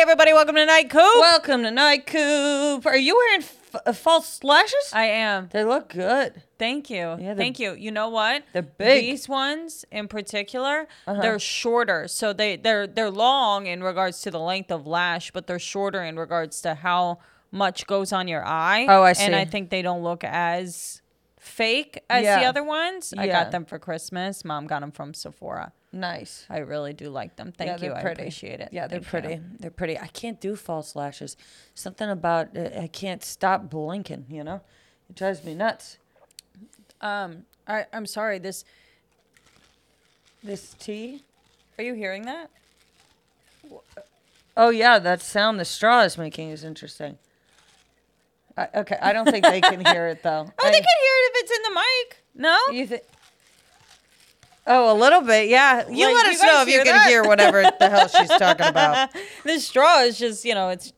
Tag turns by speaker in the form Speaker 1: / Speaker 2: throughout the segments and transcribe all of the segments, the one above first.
Speaker 1: everybody. Welcome to Night Coop.
Speaker 2: Welcome to Night Coop. Are you wearing f- uh, false lashes?
Speaker 1: I am.
Speaker 2: they look good.
Speaker 1: Thank you.
Speaker 2: they're-
Speaker 1: Thank you. You know what?
Speaker 2: they're big. Uh-huh.
Speaker 1: These ones in particular, they're shorter. So they they're they're long in regards to the length of lash, but they're shorter in regards to how much goes on your eye.
Speaker 2: Oh, I
Speaker 1: And I
Speaker 2: see.
Speaker 1: think they don't look as fake as the
Speaker 2: Yeah.
Speaker 1: other ones. I
Speaker 2: Yeah.
Speaker 1: got them for Christmas. Mom got them from Sephora.
Speaker 2: Nice.
Speaker 1: I really do like them. Thank you. I appreciate it.
Speaker 2: Yeah, they're
Speaker 1: Thank you.
Speaker 2: pretty. They're pretty. I can't do false lashes. Something about uh, I can't stop blinking. You know, it drives me nuts.
Speaker 1: Um, I, I'm sorry. This.
Speaker 2: This tea.
Speaker 1: Are you hearing that?
Speaker 2: Oh yeah, that sound the straw is making is interesting. I, okay, I don't think they can hear it though.
Speaker 1: Oh,
Speaker 2: I,
Speaker 1: they can hear it if it's in the mic. No.
Speaker 2: You thi- Oh, a little bit, yeah. You
Speaker 1: Like,
Speaker 2: let
Speaker 1: do
Speaker 2: us
Speaker 1: you
Speaker 2: know
Speaker 1: guys
Speaker 2: if you
Speaker 1: hear
Speaker 2: can
Speaker 1: that?
Speaker 2: hear whatever the hell she's talking about.
Speaker 1: this straw is just, you know, it's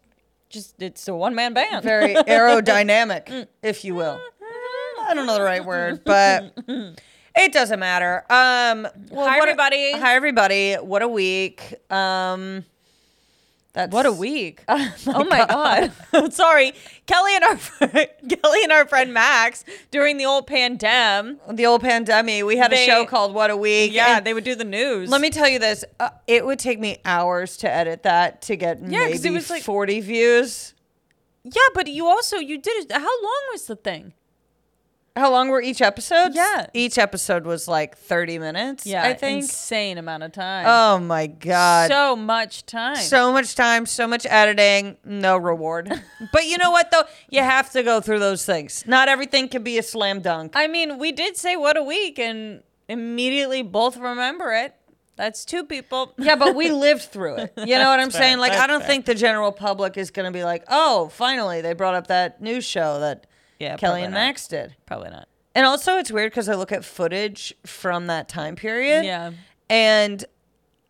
Speaker 1: just it's a one man band.
Speaker 2: Very
Speaker 1: Mm.
Speaker 2: aerodynamic, if you will. I
Speaker 1: Oh
Speaker 2: don't know the right word, but it doesn't matter. Um, well,
Speaker 1: Hi,
Speaker 2: what a-
Speaker 1: everybody.
Speaker 2: hi, everybody. What a week. Um, that's
Speaker 1: What a week.
Speaker 2: Oh my,
Speaker 1: oh my god. Sorry. Kelly and our friend, Kelly and our friend Max during the old pandemic.
Speaker 2: The old pandemic. We had
Speaker 1: They-
Speaker 2: a show called What a Week.
Speaker 1: Yeah,
Speaker 2: and
Speaker 1: they would do the news.
Speaker 2: Let me tell you this: uh, it would take me hours to edit that to get
Speaker 1: Yeah, 'cause it
Speaker 2: maybe
Speaker 1: was like-
Speaker 2: forty views.
Speaker 1: Yeah, but you also you did it. How long was the thing?
Speaker 2: How long were each episode?
Speaker 1: Yeah.
Speaker 2: each episode was like thirty minutes.
Speaker 1: Yeah,
Speaker 2: I think.
Speaker 1: insane amount of time.
Speaker 2: oh my god! So,
Speaker 1: so much time.
Speaker 2: much time, so much editing, no reward. but you know what though? You have to go through those things. Not everything can be a slam dunk.
Speaker 1: I mean, we did say what a week and immediately both remember it. That's two people.
Speaker 2: yeah, but we lived through it. You know what I'm
Speaker 1: That's fair.
Speaker 2: saying? Like, I
Speaker 1: That's
Speaker 2: don't
Speaker 1: fair.
Speaker 2: think the general public is going to be like, "Oh, finally, they brought up that news show that
Speaker 1: Yeah,
Speaker 2: Kelly
Speaker 1: probably
Speaker 2: and
Speaker 1: not.
Speaker 2: Max did."
Speaker 1: Probably not.
Speaker 2: And also, it's weird because I look at footage from that time period.
Speaker 1: Yeah.
Speaker 2: And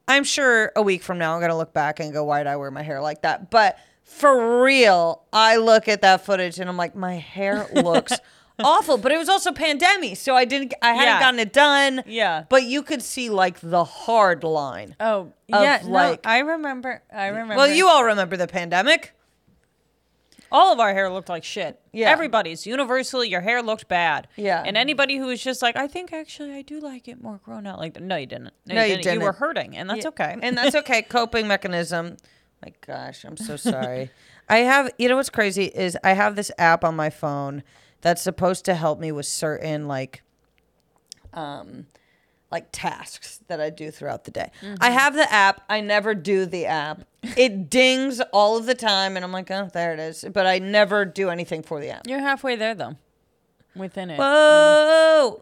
Speaker 2: I'm sure a week from now, I'm going to look back and go, why did I wear my hair like that? But for real, I look at that footage and I'm like, my hair looks awful. But it was also pandemic. So I didn't, I hadn't
Speaker 1: Yeah.
Speaker 2: gotten it done.
Speaker 1: Yeah.
Speaker 2: But you could see like the hard line.
Speaker 1: Oh,
Speaker 2: of,
Speaker 1: yeah.
Speaker 2: like-
Speaker 1: no, I remember. I remember.
Speaker 2: Well, you all remember the pandemic.
Speaker 1: all of our hair looked like shit.
Speaker 2: Yeah.
Speaker 1: Everybody's universally, your hair looked bad.
Speaker 2: Yeah.
Speaker 1: And anybody who was just like, I think actually I do like it more grown out like that. No, you didn't.
Speaker 2: No, you
Speaker 1: You were
Speaker 2: didn't.
Speaker 1: hurting, and that's
Speaker 2: Yeah.
Speaker 1: okay.
Speaker 2: And that's okay. Coping mechanism. My gosh, I'm so sorry. I have, you know what's crazy is I have this app on my phone that's supposed to help me with certain like, um, like tasks that I do throughout the day.
Speaker 1: Mm-hmm.
Speaker 2: I have the app. I never do the app. It dings all of the time, and I'm like, oh, there it is. But I never do anything for the app.
Speaker 1: You're halfway there, though, within it.
Speaker 2: Whoa,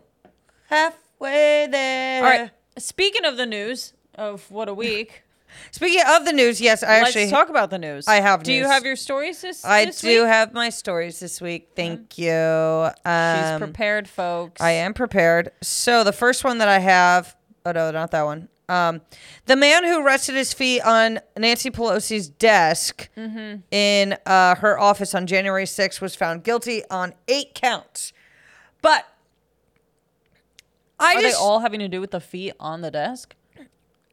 Speaker 2: halfway there.
Speaker 1: all right. Speaking of the news of what a week,
Speaker 2: Speaking of the news, yes, I
Speaker 1: let's
Speaker 2: actually
Speaker 1: talk about the news.
Speaker 2: I have
Speaker 1: Do you
Speaker 2: news.
Speaker 1: have your stories this
Speaker 2: I
Speaker 1: this
Speaker 2: do
Speaker 1: week?
Speaker 2: have my stories this week. Thank you.
Speaker 1: She's
Speaker 2: Um,
Speaker 1: prepared, folks.
Speaker 2: I am prepared. So the first one that I have, oh no, not that one. Um, the man who rested his feet on Nancy Pelosi's desk
Speaker 1: Mm-hmm.
Speaker 2: in uh, her office on January 6th was found guilty on eight counts. But I
Speaker 1: Are
Speaker 2: just
Speaker 1: they all having to do with the feet on the desk?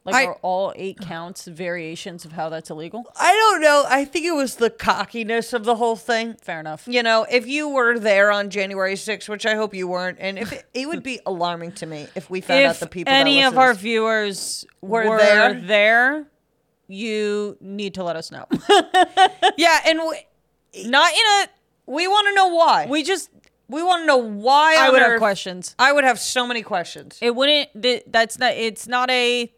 Speaker 1: Like,
Speaker 2: I-
Speaker 1: are all eight counts variations of how that's illegal?
Speaker 2: I don't know. I think it was the cockiness of the whole thing.
Speaker 1: Fair enough.
Speaker 2: you know, if you were there on January 6th, which I hope you weren't, and if it, it would be alarming to me if we found out
Speaker 1: if
Speaker 2: the people
Speaker 1: any
Speaker 2: that
Speaker 1: of our
Speaker 2: listen to
Speaker 1: viewers were,
Speaker 2: Were
Speaker 1: there,
Speaker 2: there.
Speaker 1: you need to let us know.
Speaker 2: this. yeah, and we,
Speaker 1: Not in
Speaker 2: we want to know why.
Speaker 1: a.
Speaker 2: We
Speaker 1: We just.
Speaker 2: we want to know why.
Speaker 1: I
Speaker 2: on
Speaker 1: would have
Speaker 2: earth-
Speaker 1: questions.
Speaker 2: I would have so many questions.
Speaker 1: It wouldn't. th- That's not. It's not a.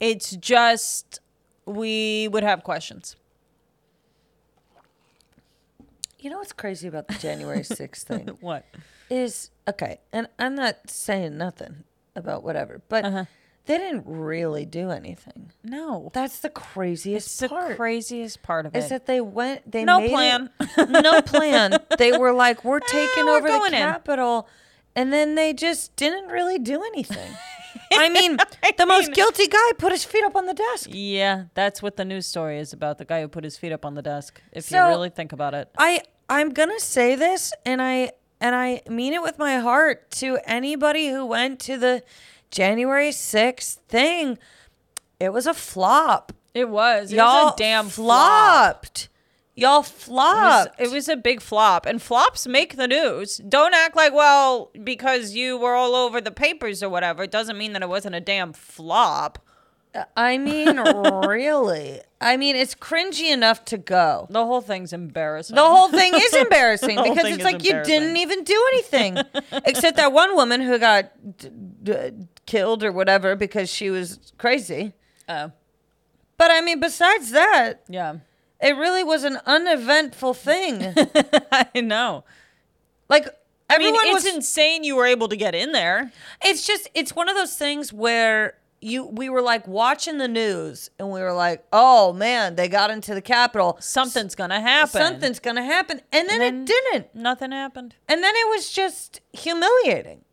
Speaker 1: It's just we would have questions.
Speaker 2: You know what's crazy about the January 6th thing
Speaker 1: What?
Speaker 2: is okay, and I'm not saying nothing about whatever, but they didn't really do anything.
Speaker 1: No.
Speaker 2: That's the craziest
Speaker 1: It's the
Speaker 2: part.
Speaker 1: craziest part of
Speaker 2: is
Speaker 1: it.
Speaker 2: that they went they
Speaker 1: No
Speaker 2: made it-
Speaker 1: plan.
Speaker 2: no plan they were like we're taking
Speaker 1: we're
Speaker 2: over
Speaker 1: going
Speaker 2: the
Speaker 1: in.
Speaker 2: capital and then they just didn't really do anything i mean
Speaker 1: I
Speaker 2: the most
Speaker 1: mean-
Speaker 2: guilty guy put his feet up on the desk
Speaker 1: Yeah, that's what the news story is about. The guy who put his feet up on the desk. If you
Speaker 2: So-
Speaker 1: really think about it.
Speaker 2: i i'm gonna say this and i and i mean it with my heart to anybody who went to the january 6th thing it was a flop
Speaker 1: It was. It
Speaker 2: Y'all
Speaker 1: was a damn flop.
Speaker 2: flopped. Y'all flopped.
Speaker 1: It was, it was a big flop, and flops make the news. Don't act like, well, because you were all over the papers or whatever, it doesn't mean that it wasn't a damn flop.
Speaker 2: I mean, really. I mean, it's cringy enough to go.
Speaker 1: The whole thing's embarrassing.
Speaker 2: The whole thing is embarrassing
Speaker 1: whole
Speaker 2: because
Speaker 1: thing
Speaker 2: it's
Speaker 1: is
Speaker 2: like you
Speaker 1: embarrassing.
Speaker 2: didn't even do anything, except that one woman who got d- d- killed or whatever because she was crazy.
Speaker 1: Oh,
Speaker 2: But I mean, besides that,
Speaker 1: yeah.
Speaker 2: it really was an uneventful thing.
Speaker 1: I know.
Speaker 2: like
Speaker 1: I mean,
Speaker 2: everyone
Speaker 1: it's
Speaker 2: was.
Speaker 1: insane you were able to get in there.
Speaker 2: it's just it's one of those things where you we were like watching the news and we were like, oh man, they got into the Capitol.
Speaker 1: Something's gonna happen.
Speaker 2: Something's gonna happen, and then it
Speaker 1: And
Speaker 2: didn't.
Speaker 1: Nothing happened.
Speaker 2: And then it was just humiliating.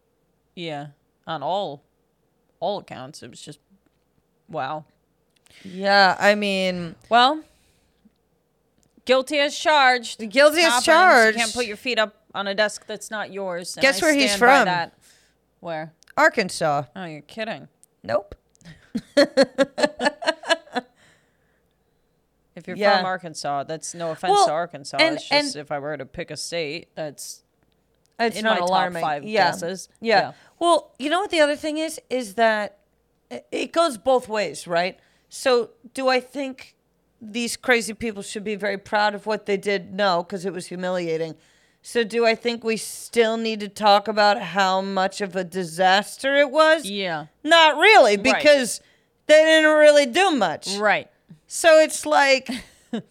Speaker 1: Yeah. On all, all accounts, it was just, wow.
Speaker 2: Yeah, I mean,
Speaker 1: Well, guilty as charged.
Speaker 2: guilty
Speaker 1: Stop
Speaker 2: as
Speaker 1: earnings.
Speaker 2: charged.
Speaker 1: You can't put your feet up on a desk that's not yours. and
Speaker 2: Guess
Speaker 1: I
Speaker 2: where he's
Speaker 1: stand by
Speaker 2: from?
Speaker 1: that. Where?
Speaker 2: Arkansas.
Speaker 1: Oh, you're kidding.
Speaker 2: Nope.
Speaker 1: If you're
Speaker 2: Yeah.
Speaker 1: from Arkansas, that's no offense
Speaker 2: Well,
Speaker 1: to Arkansas.
Speaker 2: and-
Speaker 1: it's just
Speaker 2: and-
Speaker 1: if I were to pick a state, that's
Speaker 2: It's
Speaker 1: In
Speaker 2: not
Speaker 1: my top
Speaker 2: alarming.
Speaker 1: five
Speaker 2: yeah.
Speaker 1: guesses.
Speaker 2: Yeah.
Speaker 1: Yeah.
Speaker 2: Well, you know what the other thing is is that i- it goes both ways, right? So, do I think these crazy people should be very proud of what they did? No, because it was humiliating. So, do I think we still need to talk about how much of a disaster it was?
Speaker 1: yeah,
Speaker 2: Not really, because they didn't really do much.
Speaker 1: right.
Speaker 2: So it's like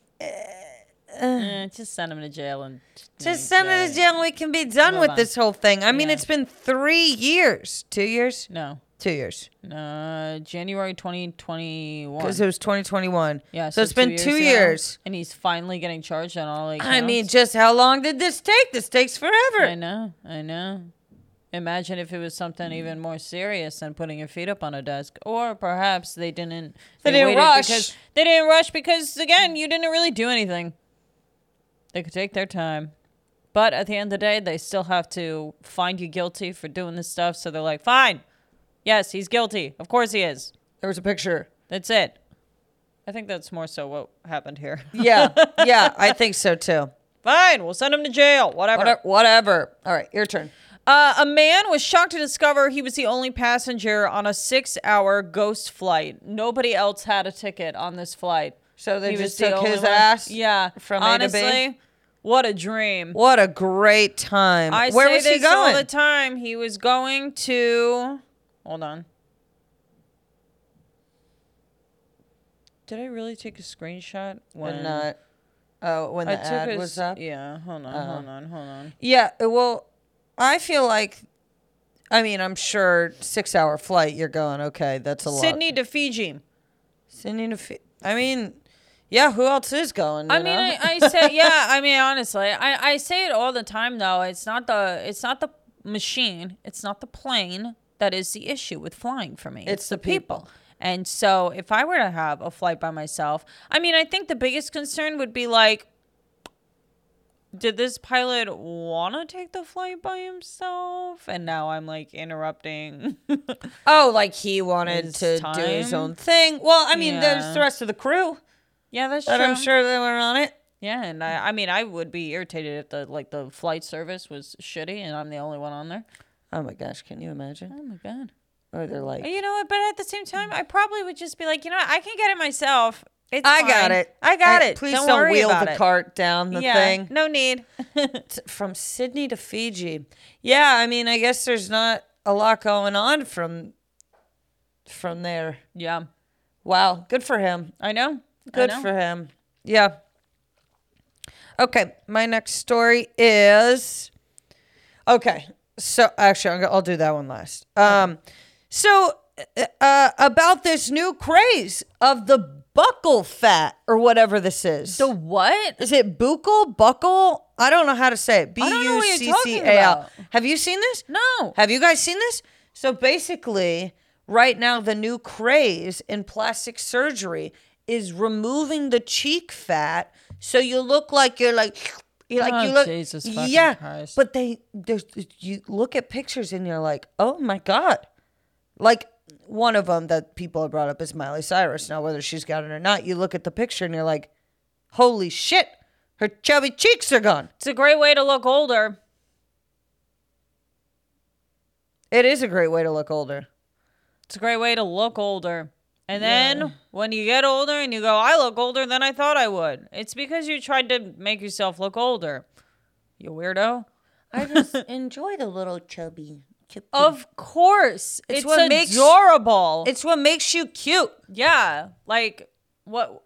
Speaker 1: Eh, just send him to jail and
Speaker 2: just send it to jail and we can be done
Speaker 1: Move
Speaker 2: with
Speaker 1: on.
Speaker 2: this whole thing. I mean,
Speaker 1: Yeah.
Speaker 2: it's been three years, two years,
Speaker 1: No,
Speaker 2: two years,
Speaker 1: no. Uh, January 2021.
Speaker 2: because it was 2021.
Speaker 1: yeah,
Speaker 2: so, it's been two years.
Speaker 1: now, and he's finally getting charged on all. Accounts.
Speaker 2: I mean, just how long did this take? This takes
Speaker 1: I
Speaker 2: forever.
Speaker 1: know, I know. Imagine if it was something even more serious than putting your feet up on a desk, or perhaps they didn't.
Speaker 2: They didn't
Speaker 1: waited
Speaker 2: rush.
Speaker 1: Because they didn't rush because again, you didn't really do anything. They could take their time, but at the end of the day, they still have to find you guilty for doing this stuff. So they're like, "Fine, yes, he's guilty. Of course he is.
Speaker 2: There was a picture.
Speaker 1: That's it." I think that's more so what happened here.
Speaker 2: Yeah, yeah, I think so too.
Speaker 1: Fine, we'll send him to jail.
Speaker 2: Whatever. whatever. All right, your turn.
Speaker 1: Uh, a man was shocked to discover he was the only passenger on a six-hour ghost flight. Nobody else had a ticket on this flight.
Speaker 2: So they
Speaker 1: He was
Speaker 2: just
Speaker 1: the
Speaker 2: took
Speaker 1: only
Speaker 2: his
Speaker 1: one-
Speaker 2: ass.
Speaker 1: Yeah,
Speaker 2: from A to B?
Speaker 1: honestly, what a dream.
Speaker 2: What a great time.
Speaker 1: I
Speaker 2: Where
Speaker 1: say
Speaker 2: was
Speaker 1: this
Speaker 2: he going?
Speaker 1: all the time. He was going to. Hold on. Did I really take a screenshot when
Speaker 2: When not. Oh, when uh, the
Speaker 1: I took
Speaker 2: ad
Speaker 1: a
Speaker 2: was
Speaker 1: s-
Speaker 2: up. Uh-huh.
Speaker 1: Yeah, hold on, hold on, hold on.
Speaker 2: Yeah, uh, well, I feel like, I mean, I'm sure six hour flight. You're going okay. That's a lot.
Speaker 1: Sydney to Fiji.
Speaker 2: Sydney to. Fi- I mean, yeah. Who else is going?
Speaker 1: I
Speaker 2: you
Speaker 1: mean,
Speaker 2: know?
Speaker 1: I, I say, yeah. I mean, honestly, I, I say it all the time. Though it's not the it's not the machine, it's not the plane that is the issue with flying for me. It's,
Speaker 2: the people.
Speaker 1: And so, if I were to have a flight by myself, I mean, I think the biggest concern would be like, did this pilot want to take the flight by himself? And now I'm like interrupting.
Speaker 2: oh, like he wanted
Speaker 1: His
Speaker 2: to do his
Speaker 1: time?
Speaker 2: own thing. Well, I mean, there's the
Speaker 1: Yeah.
Speaker 2: rest of the crew,
Speaker 1: yeah, that's
Speaker 2: but
Speaker 1: true.
Speaker 2: I'm sure they were on it.
Speaker 1: Yeah, and I, I mean, I would be irritated if the like the flight service was shitty and I'm the only one on there.
Speaker 2: Oh my gosh, can you imagine?
Speaker 1: Oh my god.
Speaker 2: Or they're like,
Speaker 1: Uh, You know what? But at the same time, I probably would just be like, you know, what? I can get it myself. It's
Speaker 2: I got
Speaker 1: fine.
Speaker 2: it.
Speaker 1: I got it.
Speaker 2: Please
Speaker 1: don't,
Speaker 2: don't,
Speaker 1: worry
Speaker 2: wheel
Speaker 1: about
Speaker 2: the
Speaker 1: it.
Speaker 2: cart down the
Speaker 1: yeah,
Speaker 2: thing.
Speaker 1: No need.
Speaker 2: t- from Sydney to Fiji. Yeah, I mean, I guess there's not a lot going on from from there.
Speaker 1: yeah,
Speaker 2: Wow, good for him.
Speaker 1: I know. I
Speaker 2: Good
Speaker 1: know.
Speaker 2: for him. Yeah. Okay, my next story is Okay. So actually I'm go- I'll do that one last. Um so uh, uh, about this new craze of the buckle fat or whatever this is.
Speaker 1: The what?
Speaker 2: Is it buckle? Buckle? I don't know how to say it. B
Speaker 1: don't know
Speaker 2: U
Speaker 1: what you're
Speaker 2: C
Speaker 1: talking
Speaker 2: C A L.
Speaker 1: about.
Speaker 2: Have you seen this?
Speaker 1: No.
Speaker 2: Have you guys seen this? So basically, right now, the new craze in plastic surgery is removing the cheek fat so you look like you're like. You're like
Speaker 1: Oh,
Speaker 2: you look,
Speaker 1: Jesus fucking
Speaker 2: yeah.
Speaker 1: Christ.
Speaker 2: But they, there's- you look at pictures and you're like, oh my god, like one of them that people have brought up is Miley Cyrus. Now, whether she's got it or not, you look at the picture and you're like, holy shit, her chubby cheeks are gone.
Speaker 1: It's a great way to look older.
Speaker 2: It is a great way to look older.
Speaker 1: It's a great way to look older. And then when you get older and you go, I look older than I thought I would. It's because you tried to make yourself look older. You weirdo.
Speaker 3: I just enjoy the little chubby. chub-
Speaker 2: Oh,
Speaker 1: Of course. It's,
Speaker 2: what makes-
Speaker 1: adorable.
Speaker 2: It's what makes you cute.
Speaker 1: yeah. Like what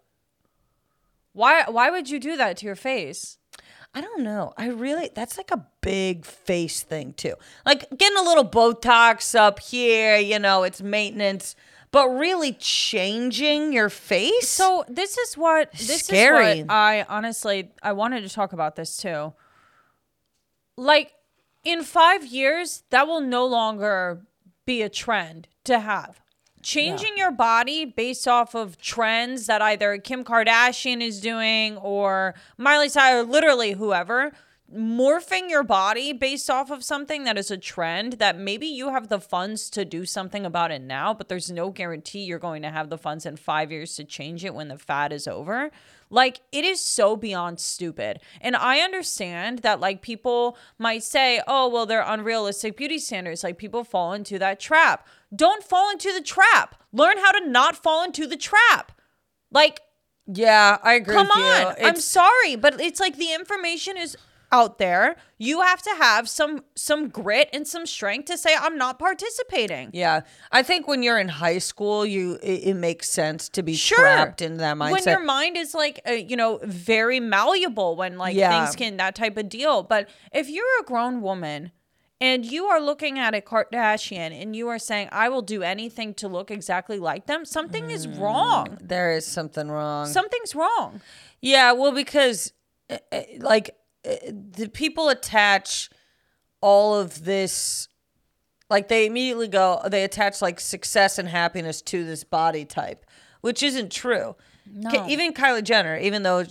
Speaker 1: why why would you do that to your face?
Speaker 2: I don't know. I really, that's like a big face thing too. Like getting a little Botox up here, you know, it's maintenance, but really changing your face.
Speaker 1: So this is what this is
Speaker 2: Scary.
Speaker 1: what I honestly I wanted to talk about this too. Like in 5 years that will no longer be a trend to have. Changing your body based off of trends that either Kim Kardashian is doing or Miley Cyrus literally whoever morphing your body based off of something that is a trend that maybe you have the funds to do something about it now, but there's no guarantee you're going to have the funds in five years to change it when the fad is over. Like, it is so beyond stupid. And I understand that, like, people might say, oh, well, they're unrealistic beauty standards. Like, people fall into that trap. Don't fall into the trap. Learn how to not fall into the trap. Like,
Speaker 2: yeah, I agree.
Speaker 1: Come
Speaker 2: with you.
Speaker 1: on. I'm
Speaker 2: It's-
Speaker 1: sorry, but it's like the information is out there. You have to have some some grit and some strength to say I'm not participating.
Speaker 2: Yeah, I think when you're in high school, you it, it makes sense to be
Speaker 1: Sure.
Speaker 2: trapped in that mindset.
Speaker 1: When your mind is like, uh, you know, very malleable when like
Speaker 2: Yeah.
Speaker 1: things can, that type of deal. But if you're a grown woman and you are looking at a Kardashian and you are saying, I will do anything to look exactly like them, something is
Speaker 2: Mm.
Speaker 1: wrong.
Speaker 2: there is something wrong.
Speaker 1: Something's wrong.
Speaker 2: yeah, well, because uh, uh, like uh, the people attach all of this, like they immediately go, they attach like success and happiness to this body type, which isn't true. K-
Speaker 1: No.
Speaker 2: Even Kylie Jenner, even though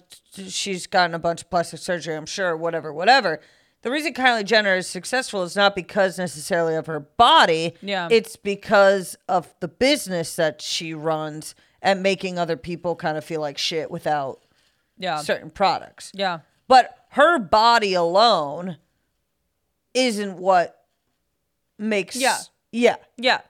Speaker 2: she's gotten a bunch of plastic surgery, I'm sure, whatever, whatever. The reason Kylie Jenner is successful is not because necessarily of her body.
Speaker 1: Yeah.
Speaker 2: It's because of the business that she runs and making other people kind of feel like shit without
Speaker 1: Yeah.
Speaker 2: certain products.
Speaker 1: Yeah.
Speaker 2: But her body alone isn't what makes.
Speaker 1: Yeah.
Speaker 2: Yeah.
Speaker 1: Yeah.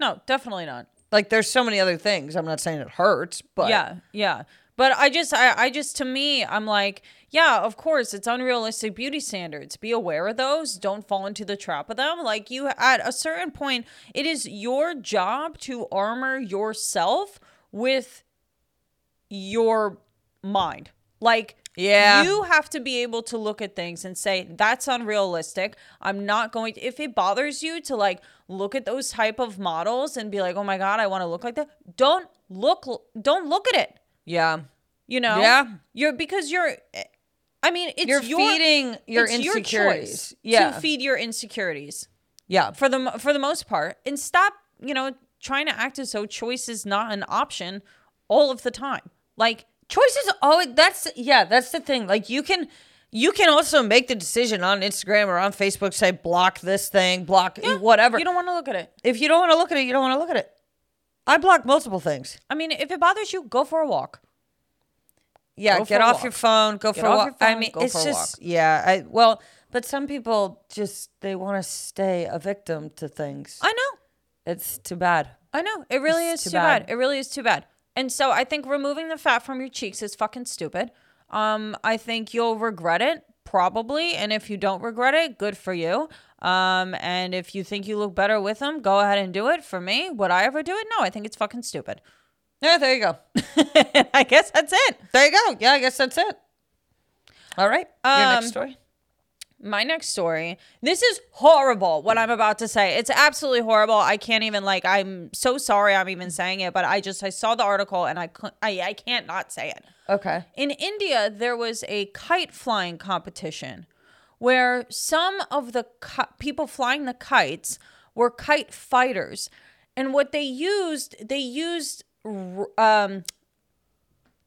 Speaker 1: No, definitely not.
Speaker 2: Like there's so many other things. I'm not saying it hurts, but
Speaker 1: yeah yeah but i just I, I just to me i'm like yeah of course it's unrealistic beauty standards be aware of those don't fall into the trap of them like you at a certain point it is your job to armor yourself with your mind like
Speaker 2: Yeah.
Speaker 1: you have to be able to look at things and say that's unrealistic i'm not going to if it bothers you to like look at those type of models and be like oh my god i want to look like that don't look don't look at it
Speaker 2: Yeah.
Speaker 1: you know
Speaker 2: Yeah.
Speaker 1: you're because you're i mean it's
Speaker 2: You're
Speaker 1: your,
Speaker 2: feeding your
Speaker 1: it's your choice
Speaker 2: insecurities. Yeah.
Speaker 1: to feed your insecurities
Speaker 2: Yeah.
Speaker 1: for the mo- for the most part and stop you know trying to act as though choice is not an option all of the time like
Speaker 2: Choices always that's yeah, that's the thing. Like you can you can also make the decision on Instagram or on Facebook say block this thing, block whatever.
Speaker 1: you don't want to look at it
Speaker 2: if you don't want to look at it, you don't want to look at it. I block multiple things.
Speaker 1: I mean, if it bothers you, go for a walk.
Speaker 2: Yeah,
Speaker 1: Go for
Speaker 2: get
Speaker 1: a
Speaker 2: off
Speaker 1: walk.
Speaker 2: your phone, go for a
Speaker 1: off
Speaker 2: walk.
Speaker 1: your
Speaker 2: I
Speaker 1: phone,
Speaker 2: mean,
Speaker 1: go
Speaker 2: it's
Speaker 1: for a
Speaker 2: just yeah, I well, but some people just they want to stay a victim to things.
Speaker 1: I know.
Speaker 2: it's too bad.
Speaker 1: I know. It really
Speaker 2: It's
Speaker 1: is
Speaker 2: too
Speaker 1: too bad.
Speaker 2: bad.
Speaker 1: It really is too bad. And so I think removing the fat from your cheeks is fucking stupid. Um, I think you'll regret it probably, and if you don't regret it, good for you. Um, and if you think you look better with them, go ahead and do it. For me, would I ever do it? No, I think it's fucking stupid.
Speaker 2: Yeah, there you go.
Speaker 1: I guess that's it.
Speaker 2: There you go. Yeah, I guess that's it. All right. your next
Speaker 1: Um,
Speaker 2: story.
Speaker 1: my next story this is horrible what i'm about to say it's absolutely horrible i can't even like i'm so sorry i'm even saying it but i just i saw the article and i cou- i, I can't not say it
Speaker 2: Okay.
Speaker 1: in India, there was a kite flying competition where some of the ki- people flying the kites were kite fighters. And what they used, they used, r- um,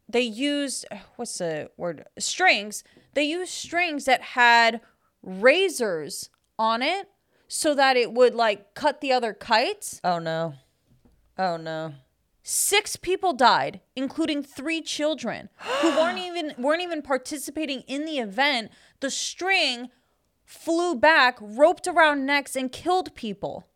Speaker 1: they used, what's the word? Strings. They used strings that had razors on it so that it would like cut the other kites
Speaker 2: Oh no. Oh no.
Speaker 1: Six people died, including three children who weren't even weren't even participating in the event. The string flew back, roped around necks, and killed people.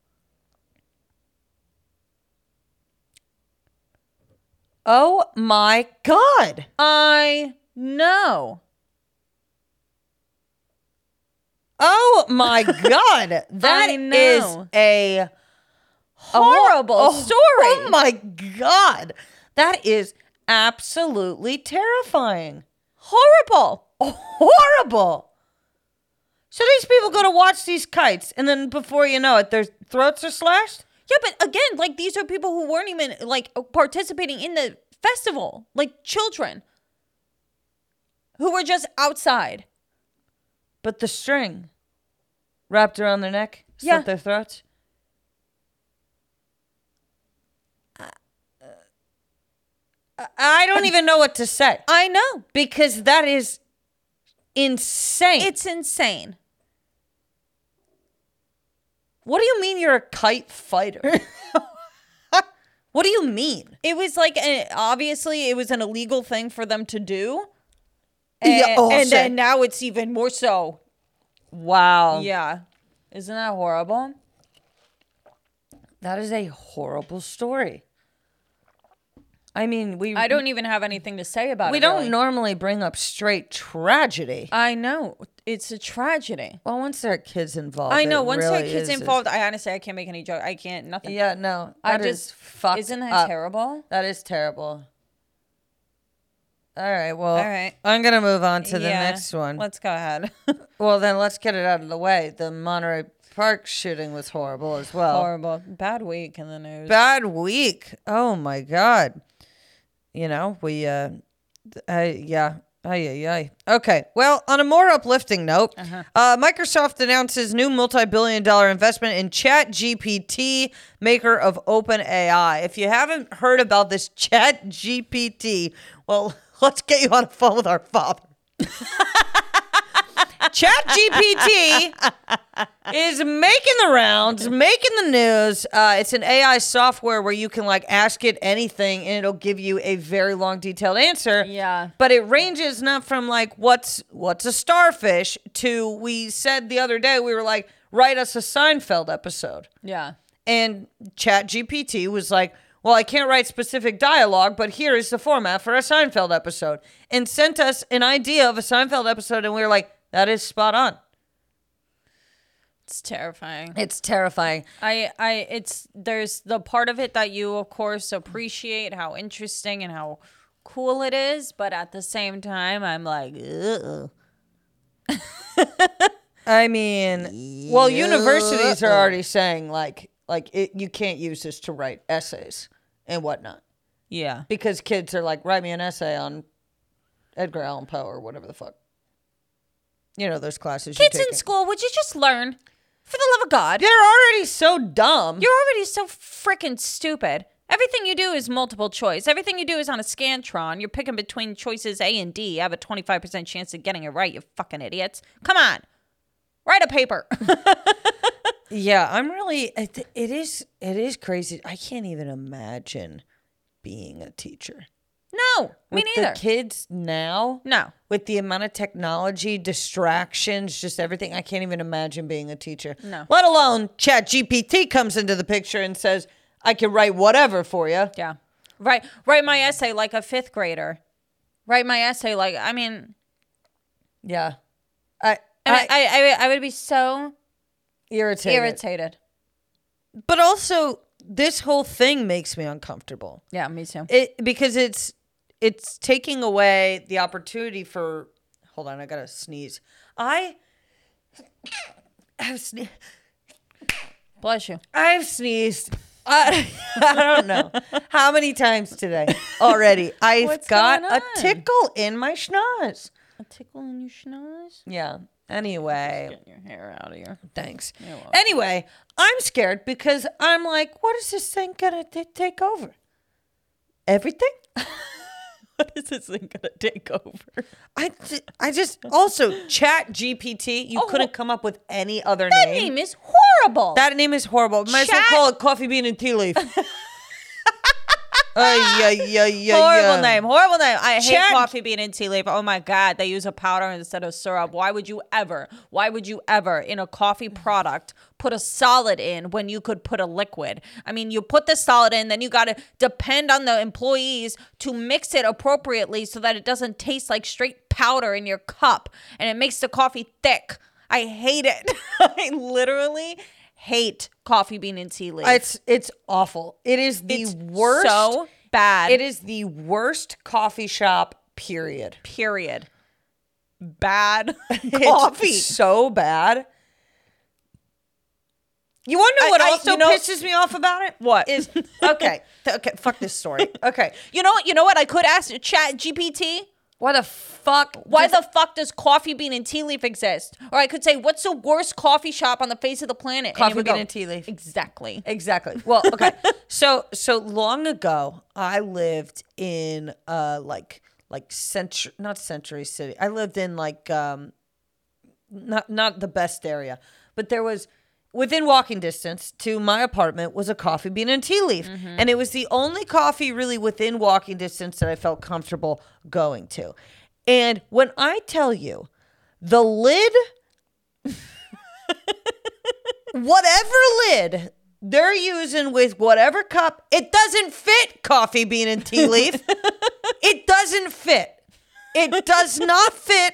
Speaker 2: Oh my god.
Speaker 1: I know.
Speaker 2: Oh my god. That
Speaker 1: I
Speaker 2: is
Speaker 1: know.
Speaker 2: a a hor-
Speaker 1: Horrible
Speaker 2: oh-
Speaker 1: story.
Speaker 2: Oh my god. That is absolutely terrifying.
Speaker 1: Horrible.
Speaker 2: Oh. Horrible. So these people go to watch these kites and then before you know it their throats are slashed?
Speaker 1: Yeah, but again, like these are people who weren't even like participating in the festival, like children who were just outside.
Speaker 2: But the string wrapped around their neck, slit
Speaker 1: Yeah.
Speaker 2: their throats. I- I don't even know what to say
Speaker 1: I know.
Speaker 2: because that is insane.
Speaker 1: It's insane.
Speaker 2: what do you mean you're a kite fighter? what do you mean?
Speaker 1: It was like an, obviously it was an illegal thing for them to do. And,
Speaker 2: Yeah, oh,
Speaker 1: and
Speaker 2: shit.
Speaker 1: then now it's even more so.
Speaker 2: Wow.
Speaker 1: Yeah. Isn't that horrible?
Speaker 2: That is a horrible story. I mean, we
Speaker 1: I don't even have anything to say about
Speaker 2: we
Speaker 1: it.
Speaker 2: don't
Speaker 1: really.
Speaker 2: normally bring up straight tragedy.
Speaker 1: I know. It's a tragedy.
Speaker 2: Well, once there are kids involved,
Speaker 1: I know.
Speaker 2: it
Speaker 1: Once
Speaker 2: really
Speaker 1: that kid's
Speaker 2: is a-
Speaker 1: involved, I honestly I can't make any joke. I can't nothing.
Speaker 2: Yeah, no.
Speaker 1: I
Speaker 2: that is
Speaker 1: just-
Speaker 2: fucked
Speaker 1: Isn't that
Speaker 2: up.
Speaker 1: terrible?
Speaker 2: That is terrible. All right, well,
Speaker 1: All right.
Speaker 2: I'm going to move on to the
Speaker 1: Yeah.
Speaker 2: next one.
Speaker 1: Let's go ahead.
Speaker 2: well, then let's get it out of the way. The Monterey Park shooting was horrible as well.
Speaker 1: Horrible. Bad week in the news.
Speaker 2: Bad week. Oh my god. You know, we uh th- I yeah. Ay, ay, ay. Okay. Well, on a more uplifting note, uh Microsoft announces new multi-billion-dollar investment in ChatGPT, maker of OpenAI. If you haven't heard about this ChatGPT, well, let's get you on a phone with our father. ChatGPT is making the rounds, making the news. Uh, it's an AI software where you can like ask it anything and it'll give you a very long detailed answer.
Speaker 1: Yeah.
Speaker 2: But it ranges not from like what's what's a starfish to we said the other day we were like write us a Seinfeld episode.
Speaker 1: yeah.
Speaker 2: And ChatGPT was like, "Well, I can't write specific dialogue, but here is the format for a Seinfeld episode." And sent us an idea of a Seinfeld episode and we were like, "That is spot on."
Speaker 1: It's terrifying.
Speaker 2: It's terrifying.
Speaker 1: I I it's there's the part of it that you of course appreciate how interesting and how cool it is, but at the same time I'm like Ugh.
Speaker 2: I mean, well, universities are already saying like like it, you can't use this to write essays and whatnot
Speaker 1: Yeah.
Speaker 2: because kids are like write me an essay on Edgar Allan Poe or whatever the fuck. You know those classes. you
Speaker 1: Kids
Speaker 2: take
Speaker 1: in school, would you just learn? For the love of God.
Speaker 2: They're already so dumb.
Speaker 1: You're already so freaking stupid. Everything you do is multiple choice. Everything you do is on a Scantron. You're picking between choices A and D. You have a 25% chance of getting it right, you fucking idiots. Come on. Write a paper.
Speaker 2: yeah, I'm really. It, it is. It is crazy. I can't even imagine being a teacher.
Speaker 1: no, me
Speaker 2: With
Speaker 1: neither.
Speaker 2: The kids now.
Speaker 1: no.
Speaker 2: with the amount of technology, distractions, just everything, I can't even imagine being a teacher.
Speaker 1: No.
Speaker 2: Let alone Chat GPT comes into the picture and says, I can write whatever for you.
Speaker 1: Yeah. Write write my essay like a fifth grader. Write my essay like I mean
Speaker 2: Yeah. I,
Speaker 1: I mean,
Speaker 2: I,
Speaker 1: I, I, I would be so
Speaker 2: irritated.
Speaker 1: irritated.
Speaker 2: But also, this whole thing makes me uncomfortable.
Speaker 1: Yeah, me too.
Speaker 2: It because it's it's taking away the opportunity for hold on, I gotta sneeze. I have sneezed.
Speaker 1: Bless you.
Speaker 2: I've sneezed. I, I don't know how many times today already. I've
Speaker 1: What's
Speaker 2: got
Speaker 1: going
Speaker 2: a
Speaker 1: on?
Speaker 2: tickle in my schnoz.
Speaker 1: A tickle in your schnoz.
Speaker 2: Yeah. Anyway,
Speaker 1: Get your hair out of here.
Speaker 2: thanks.
Speaker 1: welcome.
Speaker 2: Anyway, I'm scared because I'm like, what is this thing gonna t- take over? Everything?
Speaker 1: what is this thing gonna take over?
Speaker 2: I, j- I just also Chat GPT. You
Speaker 1: Oh,
Speaker 2: couldn't come up with any other
Speaker 1: That
Speaker 2: name.
Speaker 1: name is horrible.
Speaker 2: That name is horrible. Might as well
Speaker 1: Chat-
Speaker 2: call it Coffee Bean and Tea Leaf. yeah, yeah, yeah.
Speaker 1: Horrible name. Horrible name. I
Speaker 2: Chad-
Speaker 1: hate coffee bean and tea leaf. Oh my god, they use a powder instead of syrup. Why would you ever? Why would you ever in a coffee product put a solid in when you could put a liquid? I mean, you put the solid in, then you got to depend on the employees to mix it appropriately so that it doesn't taste like straight powder in your cup and it makes the coffee thick. I hate it. I literally hate coffee bean and tea leaf.
Speaker 2: It's it's awful. It is the
Speaker 1: It's
Speaker 2: worst.
Speaker 1: so bad.
Speaker 2: It is the worst coffee shop. Period.
Speaker 1: period. Bad
Speaker 2: It's
Speaker 1: coffee.
Speaker 2: so bad. You want to know
Speaker 1: I-
Speaker 2: what
Speaker 1: I-
Speaker 2: also
Speaker 1: you know-
Speaker 2: pisses me off about it?
Speaker 1: What?
Speaker 2: is okay? th- okay, fuck this story. Okay,
Speaker 1: you know what? You know what? I could ask Chat GPT.
Speaker 2: why the fuck?
Speaker 1: Why
Speaker 2: Why
Speaker 1: the fuck does coffee bean and tea leaf exist? Or I could say, what's the worst coffee shop on the face of the planet? it
Speaker 2: Coffee
Speaker 1: would
Speaker 2: bean and tea leaf.
Speaker 1: Exactly.
Speaker 2: Exactly. Well, okay. so so long ago, I lived in uh like like century not century city. I lived in like um not not the best area, but there was within walking distance to my apartment was a coffee bean and tea leaf, and it was the only coffee really within walking distance that I felt comfortable going to. And when I tell you, the lid whatever lid they're using with whatever cup, it doesn't fit coffee bean and tea leaf. it doesn't fit. It does not fit.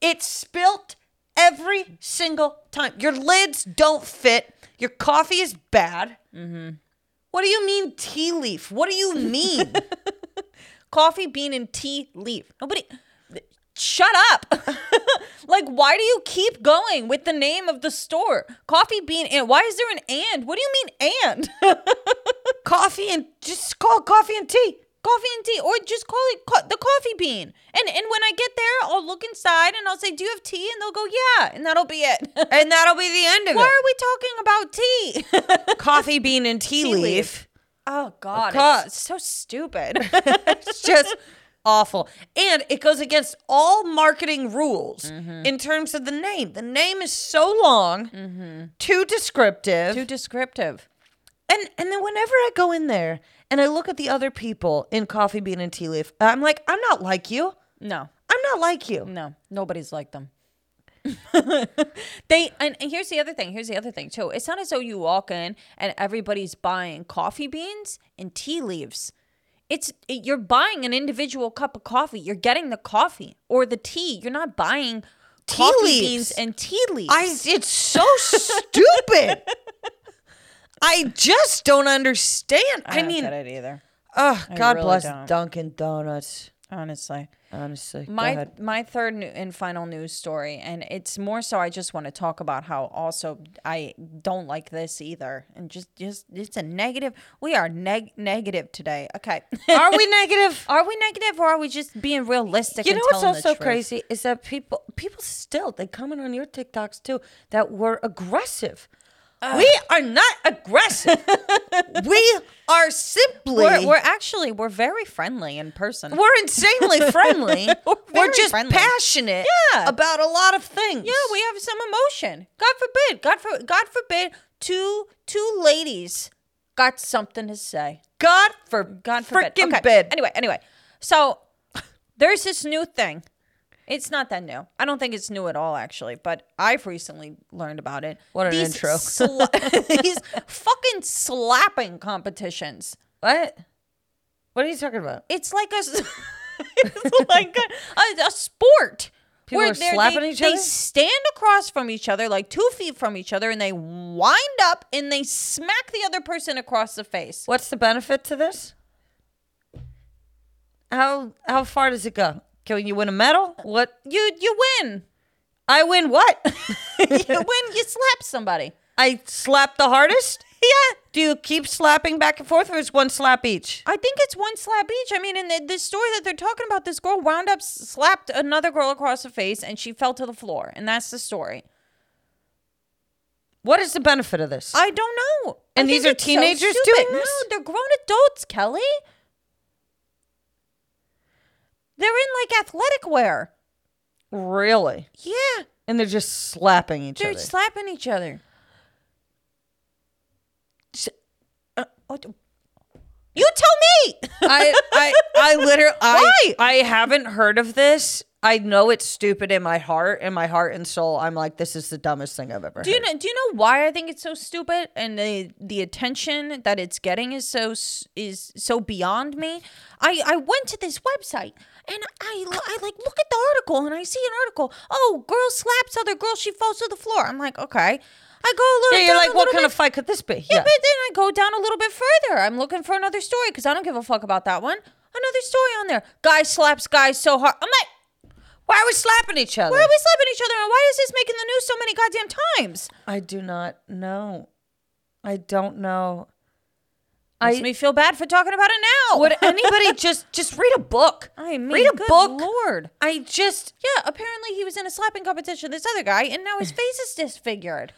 Speaker 2: It's spilt every single time. Your lids don't fit. Your coffee is bad. What do you mean tea leaf? What do you mean?
Speaker 1: Coffee bean and tea leaf. Nobody. Shut up. like, why do you keep going with the name of the store? Coffee bean and. Why is there an and? What do you mean and?
Speaker 2: coffee and just call it coffee and tea.
Speaker 1: coffee and tea, or just call it co- the coffee bean. And and when I get there, I'll look inside and I'll say, "Do you have tea?" And they'll go, "Yeah," and that'll be it.
Speaker 2: And that'll be the end of
Speaker 1: Why are we talking about tea?
Speaker 2: it. Coffee bean and tea,
Speaker 1: leaf.
Speaker 2: leaf.
Speaker 1: oh God,
Speaker 2: course.
Speaker 1: it's so stupid.
Speaker 2: it's just awful. And it goes against all marketing rules in terms of the name. The name is so long, Mm-hmm. too descriptive.
Speaker 1: Too descriptive.
Speaker 2: and and then whenever I go in there and I look at the other people in Coffee Bean and Tea Leaf, I'm like, I'm not like you.
Speaker 1: No,
Speaker 2: I'm not like you.
Speaker 1: no, nobody's like them. they and, and here's the other thing. Here's the other thing too. It's not as though you walk in and everybody's buying coffee beans and tea leaves. It's you're buying an individual cup of coffee. You're getting the coffee or the tea. You're not buying coffee
Speaker 2: leaves.
Speaker 1: beans and tea leaves.
Speaker 2: I it's so stupid. I just don't understand. I, mean,
Speaker 1: it either.
Speaker 2: oh, God
Speaker 1: really
Speaker 2: bless
Speaker 1: don't.
Speaker 2: Dunkin' Donuts.
Speaker 1: Honestly,
Speaker 2: Honestly, Go
Speaker 1: my
Speaker 2: ahead.
Speaker 1: my third new- and final news story, and it's more so. I just want to talk about how also I don't like this either, and just just it's a negative. We are neg- negative today. Okay,
Speaker 2: are we negative?
Speaker 1: Are we negative or are we just being realistic?
Speaker 2: You
Speaker 1: and
Speaker 2: know what's
Speaker 1: telling the
Speaker 2: also
Speaker 1: truth?
Speaker 2: crazy is that people people still they comment on your TikToks too that we're aggressive. we are not aggressive. we are simply
Speaker 1: We're,
Speaker 2: we're,
Speaker 1: we're actually we're very friendly in person.
Speaker 2: insanely friendly.
Speaker 1: We're
Speaker 2: we're,
Speaker 1: very
Speaker 2: just
Speaker 1: friendly.
Speaker 2: passionate
Speaker 1: Yeah.
Speaker 2: about a lot of things.
Speaker 1: yeah, we have some emotion. God forbid. God for, God forbid. Two two ladies got something to say.
Speaker 2: God for
Speaker 1: God forbid.
Speaker 2: Frickin'
Speaker 1: okay.
Speaker 2: bid.
Speaker 1: Anyway, anyway. So there's this new thing. It's not that new. I don't think it's new at all, actually. But I've recently learned about it.
Speaker 2: What an
Speaker 1: These
Speaker 2: intro.
Speaker 1: sla- these fucking slapping competitions.
Speaker 2: what? What are you talking about?
Speaker 1: it's like a s- it's like a, a, a sport
Speaker 2: People are
Speaker 1: they're-
Speaker 2: slapping
Speaker 1: they,
Speaker 2: each
Speaker 1: they
Speaker 2: other?
Speaker 1: stand across from each other like two feet from each other and they wind up and they smack the other person across the face
Speaker 2: What's the benefit to this? How how far does it go? Can you win a medal? What
Speaker 1: you you win
Speaker 2: I win what?
Speaker 1: you win you slap somebody
Speaker 2: I slap the hardest?
Speaker 1: yeah
Speaker 2: Do you keep slapping back and forth or is one slap each?
Speaker 1: I think it's one slap each. I mean, in the, the story that they're talking about, this girl wound up s- slapped another girl across the face and she fell to the floor. And that's the story.
Speaker 2: What is the benefit of this?
Speaker 1: I don't know. I
Speaker 2: And these
Speaker 1: think
Speaker 2: are
Speaker 1: it's so
Speaker 2: teenagers
Speaker 1: stupid.
Speaker 2: doing this?
Speaker 1: No, they're grown adults, Kelly. They're in like athletic wear.
Speaker 2: really?
Speaker 1: Yeah,
Speaker 2: And they're just slapping each
Speaker 1: they're
Speaker 2: other.
Speaker 1: slapping each other.
Speaker 2: S- uh, what-
Speaker 1: oh, You tell me.
Speaker 2: I, I, I literally, I,
Speaker 1: Why?
Speaker 2: I haven't heard of this. I know it's stupid in my heart, in my heart and soul. I'm like, this is the dumbest thing I've ever
Speaker 1: Do you
Speaker 2: heard.
Speaker 1: know? Do you know why I think it's so stupid? And the the attention that it's getting is so s- is so beyond me. I I went to this website and I l- I like look at the article and I see an article. Oh, girl slaps other girl, she falls to the floor. I'm like, okay. I go a
Speaker 2: Yeah,
Speaker 1: little.
Speaker 2: you're
Speaker 1: down
Speaker 2: like,
Speaker 1: a
Speaker 2: what
Speaker 1: little
Speaker 2: kind
Speaker 1: bit
Speaker 2: of fight could this be?
Speaker 1: Yeah, but then I go down a little bit further. I'm looking for another story because I don't give a fuck about that one. Another story on there. Guy slaps guy so hard. I'm like,
Speaker 2: Why are we slapping each other?
Speaker 1: why are we slapping each other? And why is this making the news so many goddamn times?
Speaker 2: I do not know. I don't know.
Speaker 1: Makes
Speaker 2: I-
Speaker 1: me feel bad for talking about it now.
Speaker 2: Would anybody just just read a book?
Speaker 1: I mean,
Speaker 2: read a
Speaker 1: good
Speaker 2: book.
Speaker 1: Lord.
Speaker 2: I just
Speaker 1: Yeah, apparently he was in a slapping competition. This other guy, and now his face is disfigured.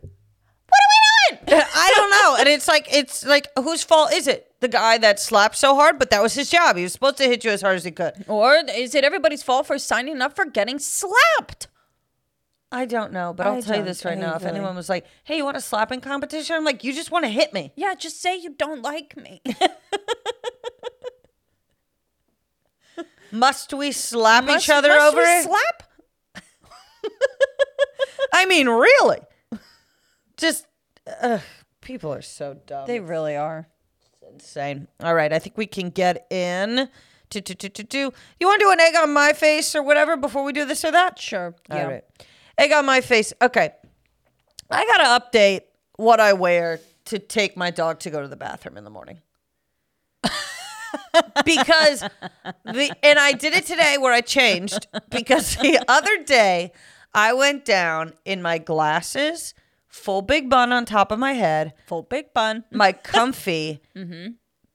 Speaker 1: What are we doing?
Speaker 2: I don't know. And it's like it's like whose fault is it? The guy that slapped so hard, but that was his job. He was supposed to hit you as hard as he could.
Speaker 1: Or is it everybody's fault for signing up for getting slapped?
Speaker 2: I don't know, but
Speaker 1: I
Speaker 2: I'll tell you
Speaker 1: don't
Speaker 2: this right now. If
Speaker 1: either.
Speaker 2: anyone was like, "Hey, you want a slapping competition?" I'm like, "You just want to hit me."
Speaker 1: Yeah, just say you don't like me.
Speaker 2: Must we slap
Speaker 1: Must-
Speaker 2: each other
Speaker 1: must
Speaker 2: over
Speaker 1: we
Speaker 2: it?
Speaker 1: slap?
Speaker 2: I mean, really? Just ugh, people are so dumb.
Speaker 1: They really are.
Speaker 2: insane. All right, I think we can get in. Do, do, do, do, do. You want to do an egg on my face or whatever before we do this or that?
Speaker 1: Sure.
Speaker 2: All right. Egg on my face. Okay. I got to update what I wear to take my dog to go to the bathroom in the morning. because the and I did it today where I changed because the other day I went down in my glasses, full big bun on top of my head,
Speaker 1: Full big bun.
Speaker 2: my comfy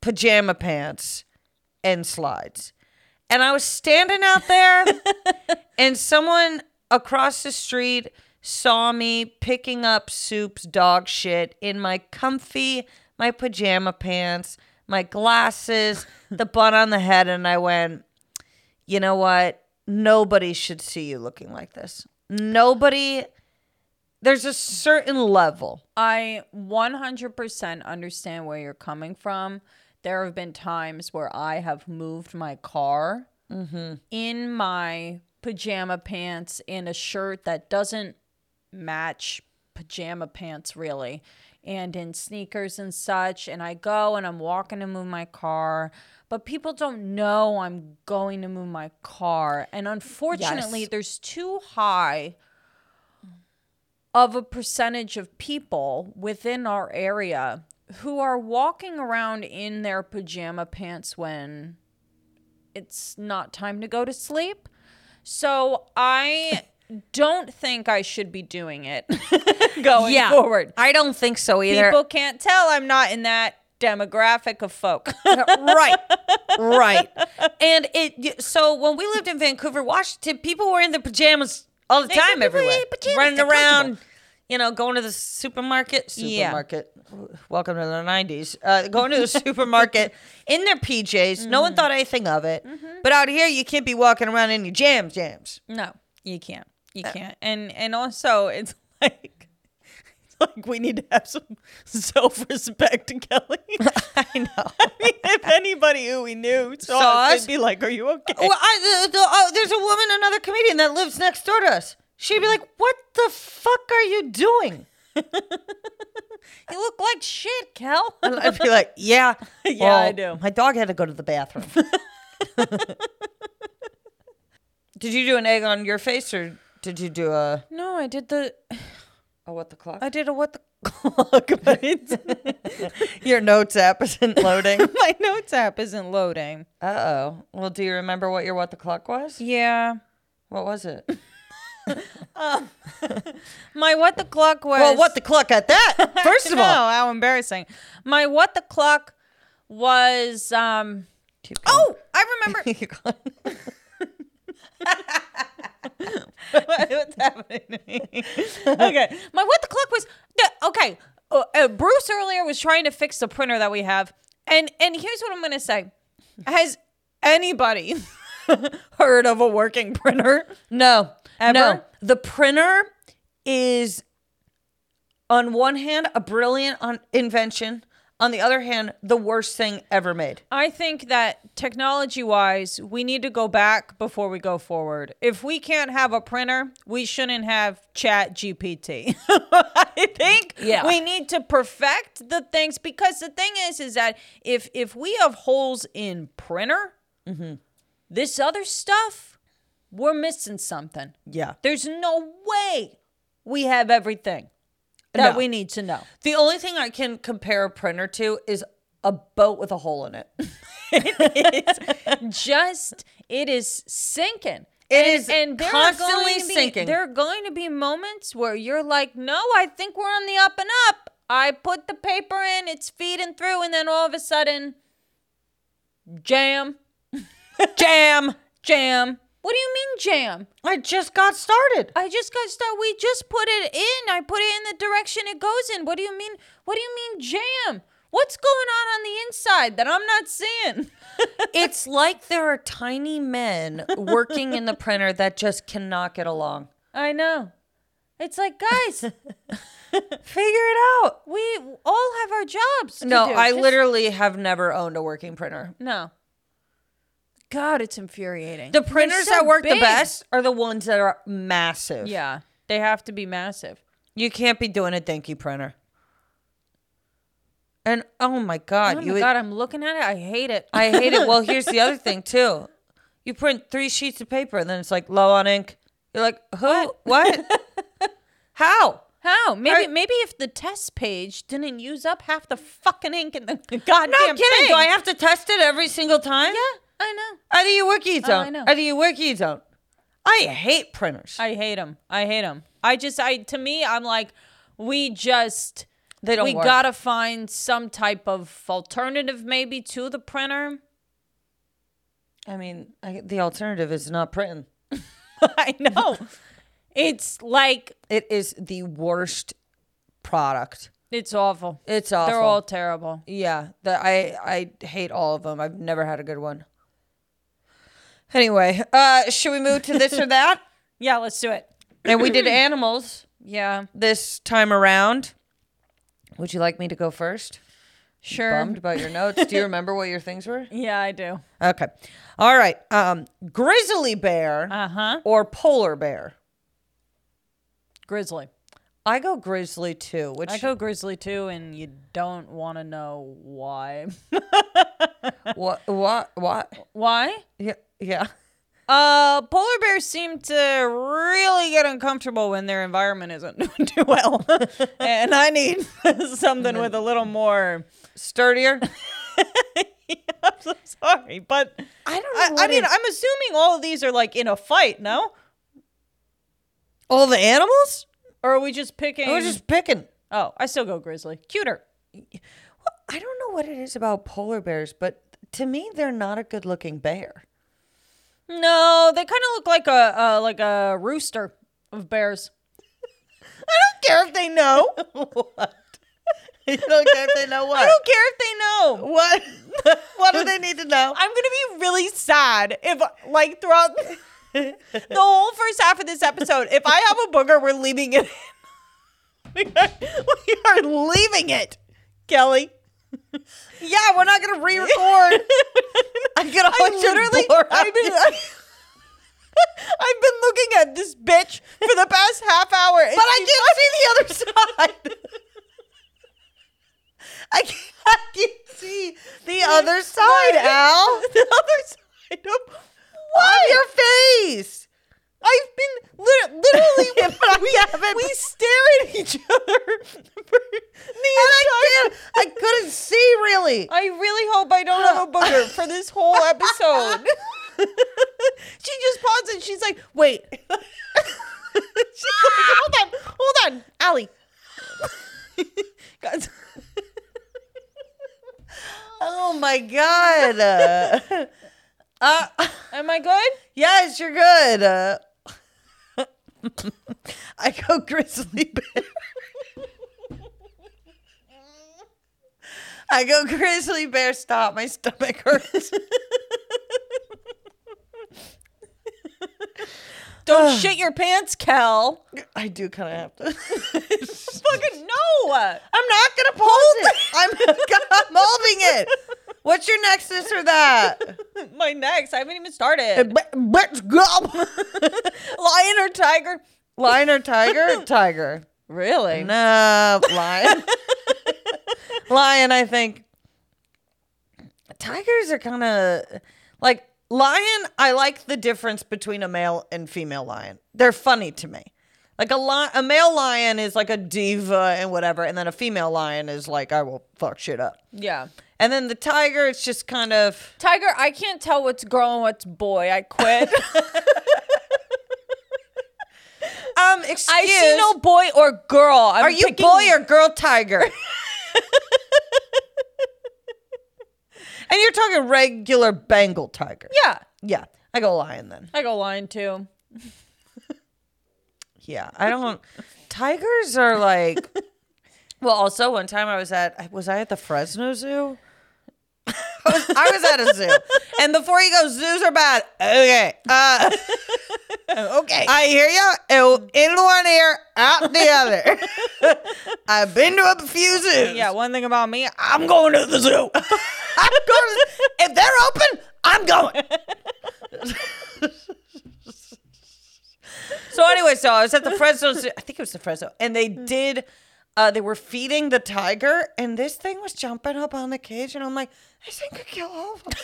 Speaker 2: pajama pants and slides. And I was standing out there, and someone across the street saw me picking up Soup's dog shit in my comfy, my pajama pants, my glasses, the bun on the head. And I went, you know what? Nobody should see you looking like this. Nobody, there's a certain level.
Speaker 1: I 100% understand where you're coming from. There have been times where I have moved my car in my pajama pants in a shirt that doesn't match pajama pants really and in sneakers and such and I go and I'm walking to move my car but people don't know I'm going to move my car and unfortunately
Speaker 2: Yes.
Speaker 1: there's too high of a percentage of people within our area who are walking around in their pajama pants when it's not time to go to sleep. So I don't think I should be doing it going forward.
Speaker 2: I don't think so either.
Speaker 1: People can't tell I'm not in that demographic of folk.
Speaker 2: right right and it y- so when we lived in vancouver washington people were in their pajamas all the
Speaker 1: They-
Speaker 2: time
Speaker 1: they were in
Speaker 2: everywhere
Speaker 1: pajamas,
Speaker 2: running
Speaker 1: they're
Speaker 2: around
Speaker 1: comfortable.
Speaker 2: you know going to the supermarket
Speaker 1: Yeah.
Speaker 2: supermarket welcome to the 90s uh, going to the supermarket in their pjs no
Speaker 1: Mm-hmm.
Speaker 2: one thought anything of it but out here you can't be walking around in your jam jams
Speaker 1: no, Uh, you can't. You can't. And and also it's like it's like we need to have some self-respect, Kelly. I know. I mean, if anybody who we knew saw,
Speaker 2: Saw
Speaker 1: us,
Speaker 2: us?
Speaker 1: they'd be like, "Are you okay?"
Speaker 2: well, I, the, the, oh, there's a woman another comedian that lives next door to us she'd be like what the fuck are you doing
Speaker 1: you look like shit, Kel.
Speaker 2: And I'd be like, yeah,
Speaker 1: Yeah, I do.
Speaker 2: My dog had to go to the bathroom. did you do an egg on your face, or did you do a?
Speaker 1: No, I did the
Speaker 2: Oh, what the clock?
Speaker 1: I did a what the clock, but it's,
Speaker 2: your notes app isn't loading.
Speaker 1: my notes app isn't loading.
Speaker 2: uh oh. Well, do you remember what your what the clock was?
Speaker 1: Yeah.
Speaker 2: What was it?
Speaker 1: My what the clock was
Speaker 2: well, what the clock at that? First of
Speaker 1: No,
Speaker 2: all,
Speaker 1: how embarrassing. My what the clock was um
Speaker 2: Keep going.
Speaker 1: Oh, I remember
Speaker 2: Keep going.
Speaker 1: what's happening to me. okay. My what the clock was the, okay. Uh, uh, Bruce earlier was trying to fix the printer that we have. And and here's what I'm going to say. Has anybody heard of a working printer?
Speaker 2: no,
Speaker 1: Ever?
Speaker 2: no. The printer is, on one hand, a brilliant un- invention. On the other hand, the worst thing ever made.
Speaker 1: I think that technology wise, we need to go back before we go forward. If we can't have a printer, we shouldn't have Chat GPT. I think
Speaker 2: Yeah.
Speaker 1: we need to perfect the things because the thing is, is that if if we have holes in printer,
Speaker 2: Mm-hmm.
Speaker 1: this other stuff, we're missing something.
Speaker 2: Yeah.
Speaker 1: There's no way we have everything that
Speaker 2: No.
Speaker 1: we need to know.
Speaker 2: The only thing I can compare a printer to is a boat with a hole in it.
Speaker 1: just it is sinking.
Speaker 2: It is
Speaker 1: there are
Speaker 2: constantly
Speaker 1: going to be-
Speaker 2: sinking.
Speaker 1: There are going to be moments where you're like, "No, I think we're on the up and up." I put the paper in, it's feeding through, and then all of a sudden, jam, jam, jam. What do you mean jam?
Speaker 2: I just got started.
Speaker 1: I just got started. We just put it in. I put it in the direction it goes in. What do you mean? What do you mean jam? What's going on on the inside that I'm not seeing?
Speaker 2: It's like there are tiny men working in the printer that just cannot get along.
Speaker 1: I know. It's like, guys,
Speaker 2: Figure it out.
Speaker 1: we all have our jobs. to
Speaker 2: No,
Speaker 1: do.
Speaker 2: I
Speaker 1: Just-
Speaker 2: literally have never owned a working printer.
Speaker 1: No. God, it's infuriating.
Speaker 2: The
Speaker 1: They're
Speaker 2: printers
Speaker 1: so
Speaker 2: that work the
Speaker 1: big.
Speaker 2: best are the ones that are massive.
Speaker 1: Yeah. They have to be massive.
Speaker 2: You can't be doing a dinky printer. And oh my god,
Speaker 1: Oh
Speaker 2: you
Speaker 1: my God, I'm looking at it. I hate it.
Speaker 2: I hate it. Well, here's the other thing too. You print three sheets of paper and then it's like low on ink. You're like, who? What? How?
Speaker 1: How? Maybe maybe if the test page didn't use up half the fucking ink in the goddamn
Speaker 2: Not kidding.
Speaker 1: thing.
Speaker 2: Do I have to test it every single time?
Speaker 1: yeah, I know.
Speaker 2: Either you work or you don't.
Speaker 1: know.
Speaker 2: Either you work or you don't. I hate printers.
Speaker 1: I hate them. I hate them. I just, I to me, I'm like, we just,
Speaker 2: they don't
Speaker 1: we
Speaker 2: work.
Speaker 1: gotta find some type of alternative maybe to the printer.
Speaker 2: I mean, I, the alternative is not printing.
Speaker 1: I know. It's like
Speaker 2: It is the worst product.
Speaker 1: it's awful.
Speaker 2: It's awful.
Speaker 1: They're all terrible.
Speaker 2: Yeah, that I I hate all of them. I've never had a good one. Anyway, uh, should we move to this or that?
Speaker 1: Yeah, let's do it.
Speaker 2: And we did animals
Speaker 1: Yeah,
Speaker 2: this time around. Would you like me to go first?
Speaker 1: sure.
Speaker 2: Bummed about your notes. Do you remember what your things were?
Speaker 1: Yeah, I do.
Speaker 2: Okay. All right. Um, grizzly bear
Speaker 1: Uh huh.
Speaker 2: or polar bear?
Speaker 1: Grizzly.
Speaker 2: I go grizzly too. Which
Speaker 1: I go grizzly too, and you don't want to know why.
Speaker 2: what what what?
Speaker 1: why?
Speaker 2: Yeah yeah.
Speaker 1: Uh, polar bears seem to really get uncomfortable when their environment isn't doing too well, and I need something with a little more.
Speaker 2: Sturdier.
Speaker 1: I'm so sorry, but
Speaker 2: I don't.
Speaker 1: I, I
Speaker 2: what
Speaker 1: mean,
Speaker 2: it-
Speaker 1: I'm assuming all of these are like in a fight, no?
Speaker 2: all the animals.
Speaker 1: Or are we just picking?
Speaker 2: I was just picking.
Speaker 1: Oh, I still go grizzly. Cuter.
Speaker 2: I don't know what it is about polar bears, but to me, they're not a good looking bear.
Speaker 1: No, they kind of look like a uh, like a rooster of bears.
Speaker 2: I don't care if they know. what? You don't care if they know what?
Speaker 1: I don't care if they know.
Speaker 2: What? what do they need to know?
Speaker 1: I'm gonna be really sad if like throughout the whole first half of this episode, if I have a booger, we're leaving it. in. we, are, we are leaving it, Kelly.
Speaker 2: Yeah, we're not gonna re-record. I'm gonna
Speaker 1: I literally, I've been, I've been looking at this bitch for the past half hour.
Speaker 2: but I can't see the other side. I can't, I can't see the other side, Al.
Speaker 1: the other side of
Speaker 2: What? Your face.
Speaker 1: I've been lit- literally
Speaker 2: Yeah, but I haven't.
Speaker 1: we stare at each other. for the
Speaker 2: And
Speaker 1: entire-
Speaker 2: I can't. I couldn't see really.
Speaker 1: I really hope I don't have a booger for this whole episode. she just paused and she's like, "Wait." she's like, "Hold on, hold on, Allie." Guys,
Speaker 2: Oh my god. Uh, uh,
Speaker 1: am I good?
Speaker 2: yes, you're good. Uh, I go grizzly bear. I go grizzly bear. Stop, my stomach hurts.
Speaker 1: Don't shit your pants, Cal.
Speaker 2: I do kind of have to.
Speaker 1: Fucking no.
Speaker 2: I'm not gonna pause it. I'm, I'm holding it. What's your next this or that?
Speaker 1: My next. I haven't even started.
Speaker 2: But, let's go.
Speaker 1: Lion or tiger?
Speaker 2: lion or tiger? Tiger.
Speaker 1: Really?
Speaker 2: No, lion. lion, I think. Tigers are kind of like lion. I like the difference between a male and female lion. They're funny to me. Like a lion, a male lion is like a diva and whatever, and then a female lion is like I will fuck shit up.
Speaker 1: Yeah.
Speaker 2: And then the tiger, it's just kind of
Speaker 1: Tiger, I can't tell what's girl and what's boy. I quit.
Speaker 2: um. Excuse.
Speaker 1: I see no boy or girl. I'm
Speaker 2: Are you
Speaker 1: picking-
Speaker 2: boy or girl tiger? and you're talking regular Bengal tiger.
Speaker 1: Yeah.
Speaker 2: Yeah. I go lion then.
Speaker 1: I go lion too.
Speaker 2: Yeah. I don't tigers are like Well, also one time I was at was I at the Fresno Zoo? I was, I was at a zoo. And before you go, zoos are bad. Okay. Uh,
Speaker 1: Oh,
Speaker 3: Okay.
Speaker 2: I hear you. In one ear, out the other. I've been to a few zoos.
Speaker 1: Yeah, one thing about me,
Speaker 2: I'm going to the zoo. I'm going. To, if they're open, I'm going. so anyway, so I was at the Fresno. Zoo- I think it was the Fresno, and they did. Uh, they were feeding the tiger, and this thing was jumping up on the cage, and I'm like, this thing could kill all of us.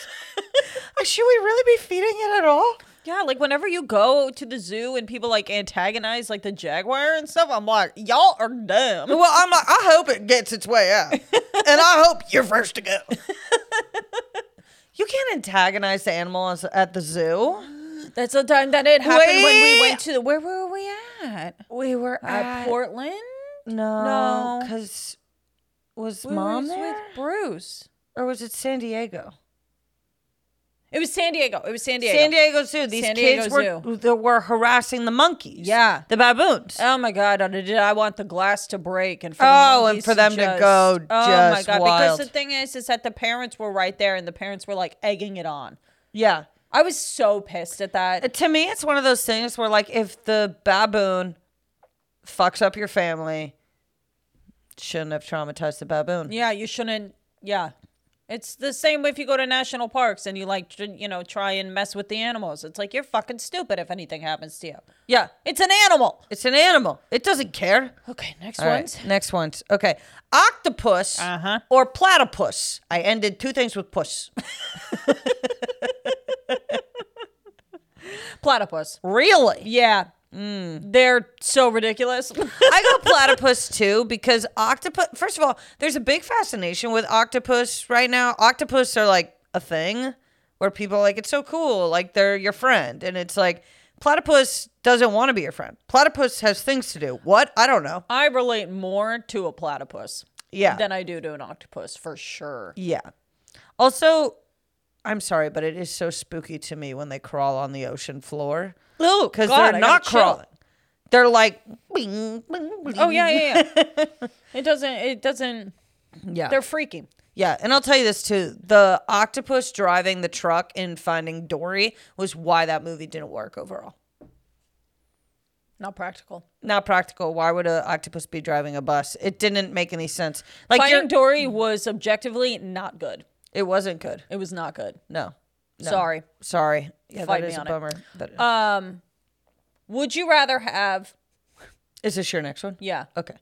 Speaker 2: Like, Should we really be feeding it at all?
Speaker 1: yeah, like whenever you go to the zoo and people like antagonize like the jaguar and stuff, I'm like, y'all are dumb.
Speaker 2: Well, I'm like, I hope it gets its way out, and I hope you're first to go. you can't antagonize the animals at the zoo.
Speaker 1: That's the time that it happened when we
Speaker 2: Wait.
Speaker 1: went to the where were we at?
Speaker 2: We were
Speaker 1: At Portland?
Speaker 2: No,
Speaker 1: No.
Speaker 2: because was
Speaker 1: We were
Speaker 2: mom
Speaker 1: just
Speaker 2: there,
Speaker 1: with Bruce.
Speaker 2: or was it San Diego?
Speaker 1: It was San Diego. It was San Diego.
Speaker 2: San Diego Zoo. These
Speaker 1: San
Speaker 2: kids
Speaker 1: Diego
Speaker 2: were that were harassing the monkeys.
Speaker 1: Yeah.
Speaker 2: the baboons.
Speaker 1: Oh my god! I did- I want the glass to break and for
Speaker 2: Oh,
Speaker 1: the
Speaker 2: and
Speaker 1: monkeys
Speaker 2: for them to
Speaker 1: just-
Speaker 2: go
Speaker 1: Oh my
Speaker 2: just
Speaker 1: god! Because
Speaker 2: wild.
Speaker 1: the thing is, is that the parents were right there and the parents were like egging it on.
Speaker 2: yeah.
Speaker 1: I was so pissed at
Speaker 2: Uh,
Speaker 1: that.
Speaker 2: To me, it's one of those things where, like, if the baboon fucks up your family, shouldn't have traumatized the baboon.
Speaker 1: Yeah, you shouldn't. Yeah, it's the same if you go to national parks and you like tr- you know try and mess with the animals. It's like you're fucking stupid if anything happens to you.
Speaker 2: Yeah,
Speaker 1: It's an animal.
Speaker 2: it's an animal. It doesn't care.
Speaker 1: Okay, next
Speaker 2: All right,
Speaker 1: ones.
Speaker 2: next ones. Okay, octopus
Speaker 1: Uh-huh.
Speaker 2: or platypus. I ended two things with puss.
Speaker 1: Platypus.
Speaker 2: Really?
Speaker 1: Yeah. Mm. They're so ridiculous.
Speaker 2: I go platypus too because octopus. First of all, there's a big fascination with octopus right now. Octopus are like a thing where people are like it's so cool, like they're your friend, and it's like platypus doesn't want to be your friend. Platypus has things to do. What? I don't know.
Speaker 1: I relate more to a platypus
Speaker 2: Yeah,
Speaker 1: than I do to an octopus for sure.
Speaker 2: yeah. Also, I'm sorry, but it is so spooky to me when they crawl on the ocean floor
Speaker 1: Oh,
Speaker 2: because they're not crawling. They're like, bing, bing, bing.
Speaker 1: Oh yeah, yeah, yeah. it doesn't. It doesn't.
Speaker 2: yeah.
Speaker 1: They're freaky.
Speaker 2: Yeah, and I'll tell you this too: the octopus driving the truck in Finding Dory was why that movie didn't work overall.
Speaker 1: Not practical.
Speaker 2: Not practical. Why would an octopus be driving a bus? It didn't make any sense. Like you're-
Speaker 1: Finding Dory was objectively not good.
Speaker 2: it wasn't good.
Speaker 1: It was not good.
Speaker 2: No, No.
Speaker 1: Sorry.
Speaker 2: sorry. Yeah,
Speaker 1: Fight
Speaker 2: that
Speaker 1: me
Speaker 2: is a
Speaker 1: on it.
Speaker 2: bummer. That- Is
Speaker 1: Um, would you rather have
Speaker 2: this your next one?
Speaker 1: yeah
Speaker 2: Okay.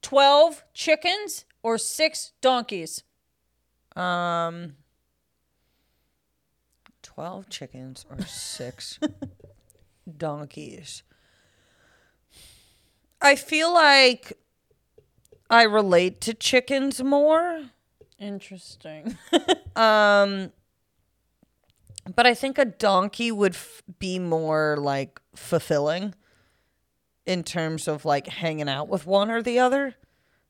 Speaker 1: twelve chickens or six donkeys?
Speaker 2: Um, twelve chickens or six donkeys. I feel like I relate to chickens more.
Speaker 1: Interesting.
Speaker 2: Um, but I think a donkey would f- be more like fulfilling in terms of like hanging out with one or the other.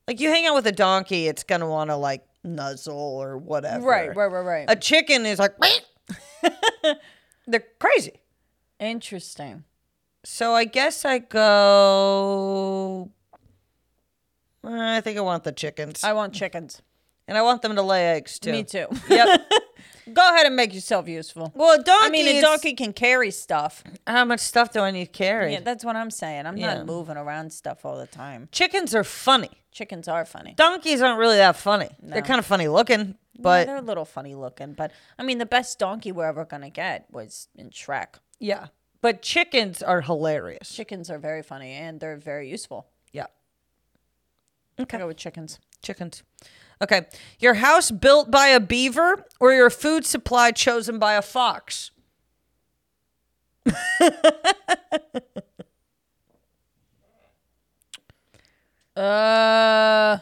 Speaker 2: Like you hang out with a donkey, it's gonna want to like nuzzle or whatever.
Speaker 1: right, right, right, right.
Speaker 2: A chicken is like, they're crazy.
Speaker 1: Interesting.
Speaker 2: So I guess I go. Uh, I think I want the chickens,
Speaker 1: I want chickens.
Speaker 2: and I want them to lay eggs too.
Speaker 1: Me Uh, too.
Speaker 2: Yep.
Speaker 1: Go ahead and make yourself useful.
Speaker 2: Well, donkey.
Speaker 1: I mean, a
Speaker 2: is-
Speaker 1: donkey can carry stuff.
Speaker 2: How much stuff do I need to carry?
Speaker 1: Yeah, that's what I'm saying. I'm
Speaker 2: Yeah.
Speaker 1: not moving around stuff all the time.
Speaker 2: Chickens are funny.
Speaker 1: Chickens are funny.
Speaker 2: Donkeys aren't really that funny. They're kind of funny looking,
Speaker 1: But
Speaker 2: but
Speaker 1: they're a little funny looking. But I mean, the best donkey we're ever gonna get was in Shrek.
Speaker 2: yeah. But chickens are hilarious.
Speaker 1: Chickens are very funny and they're very useful.
Speaker 2: yeah.
Speaker 1: I go with chickens.
Speaker 2: Chickens. Okay. Your house built by a beaver or your food supply chosen by a fox?
Speaker 1: Uh.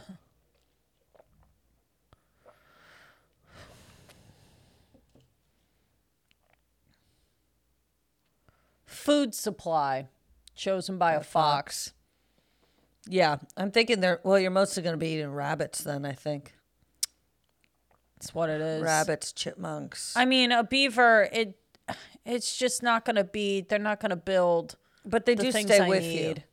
Speaker 1: Food supply chosen by a fox.
Speaker 2: Yeah. I'm thinking they're, well, you're mostly going to be eating rabbits then, I think.
Speaker 1: That's what it is.
Speaker 2: Rabbits, chipmunks.
Speaker 1: I mean, a beaver. It. It's just not gonna be. They're not gonna build.
Speaker 2: but they
Speaker 1: the
Speaker 2: do
Speaker 1: things
Speaker 2: stay
Speaker 1: I
Speaker 2: with you.
Speaker 1: need.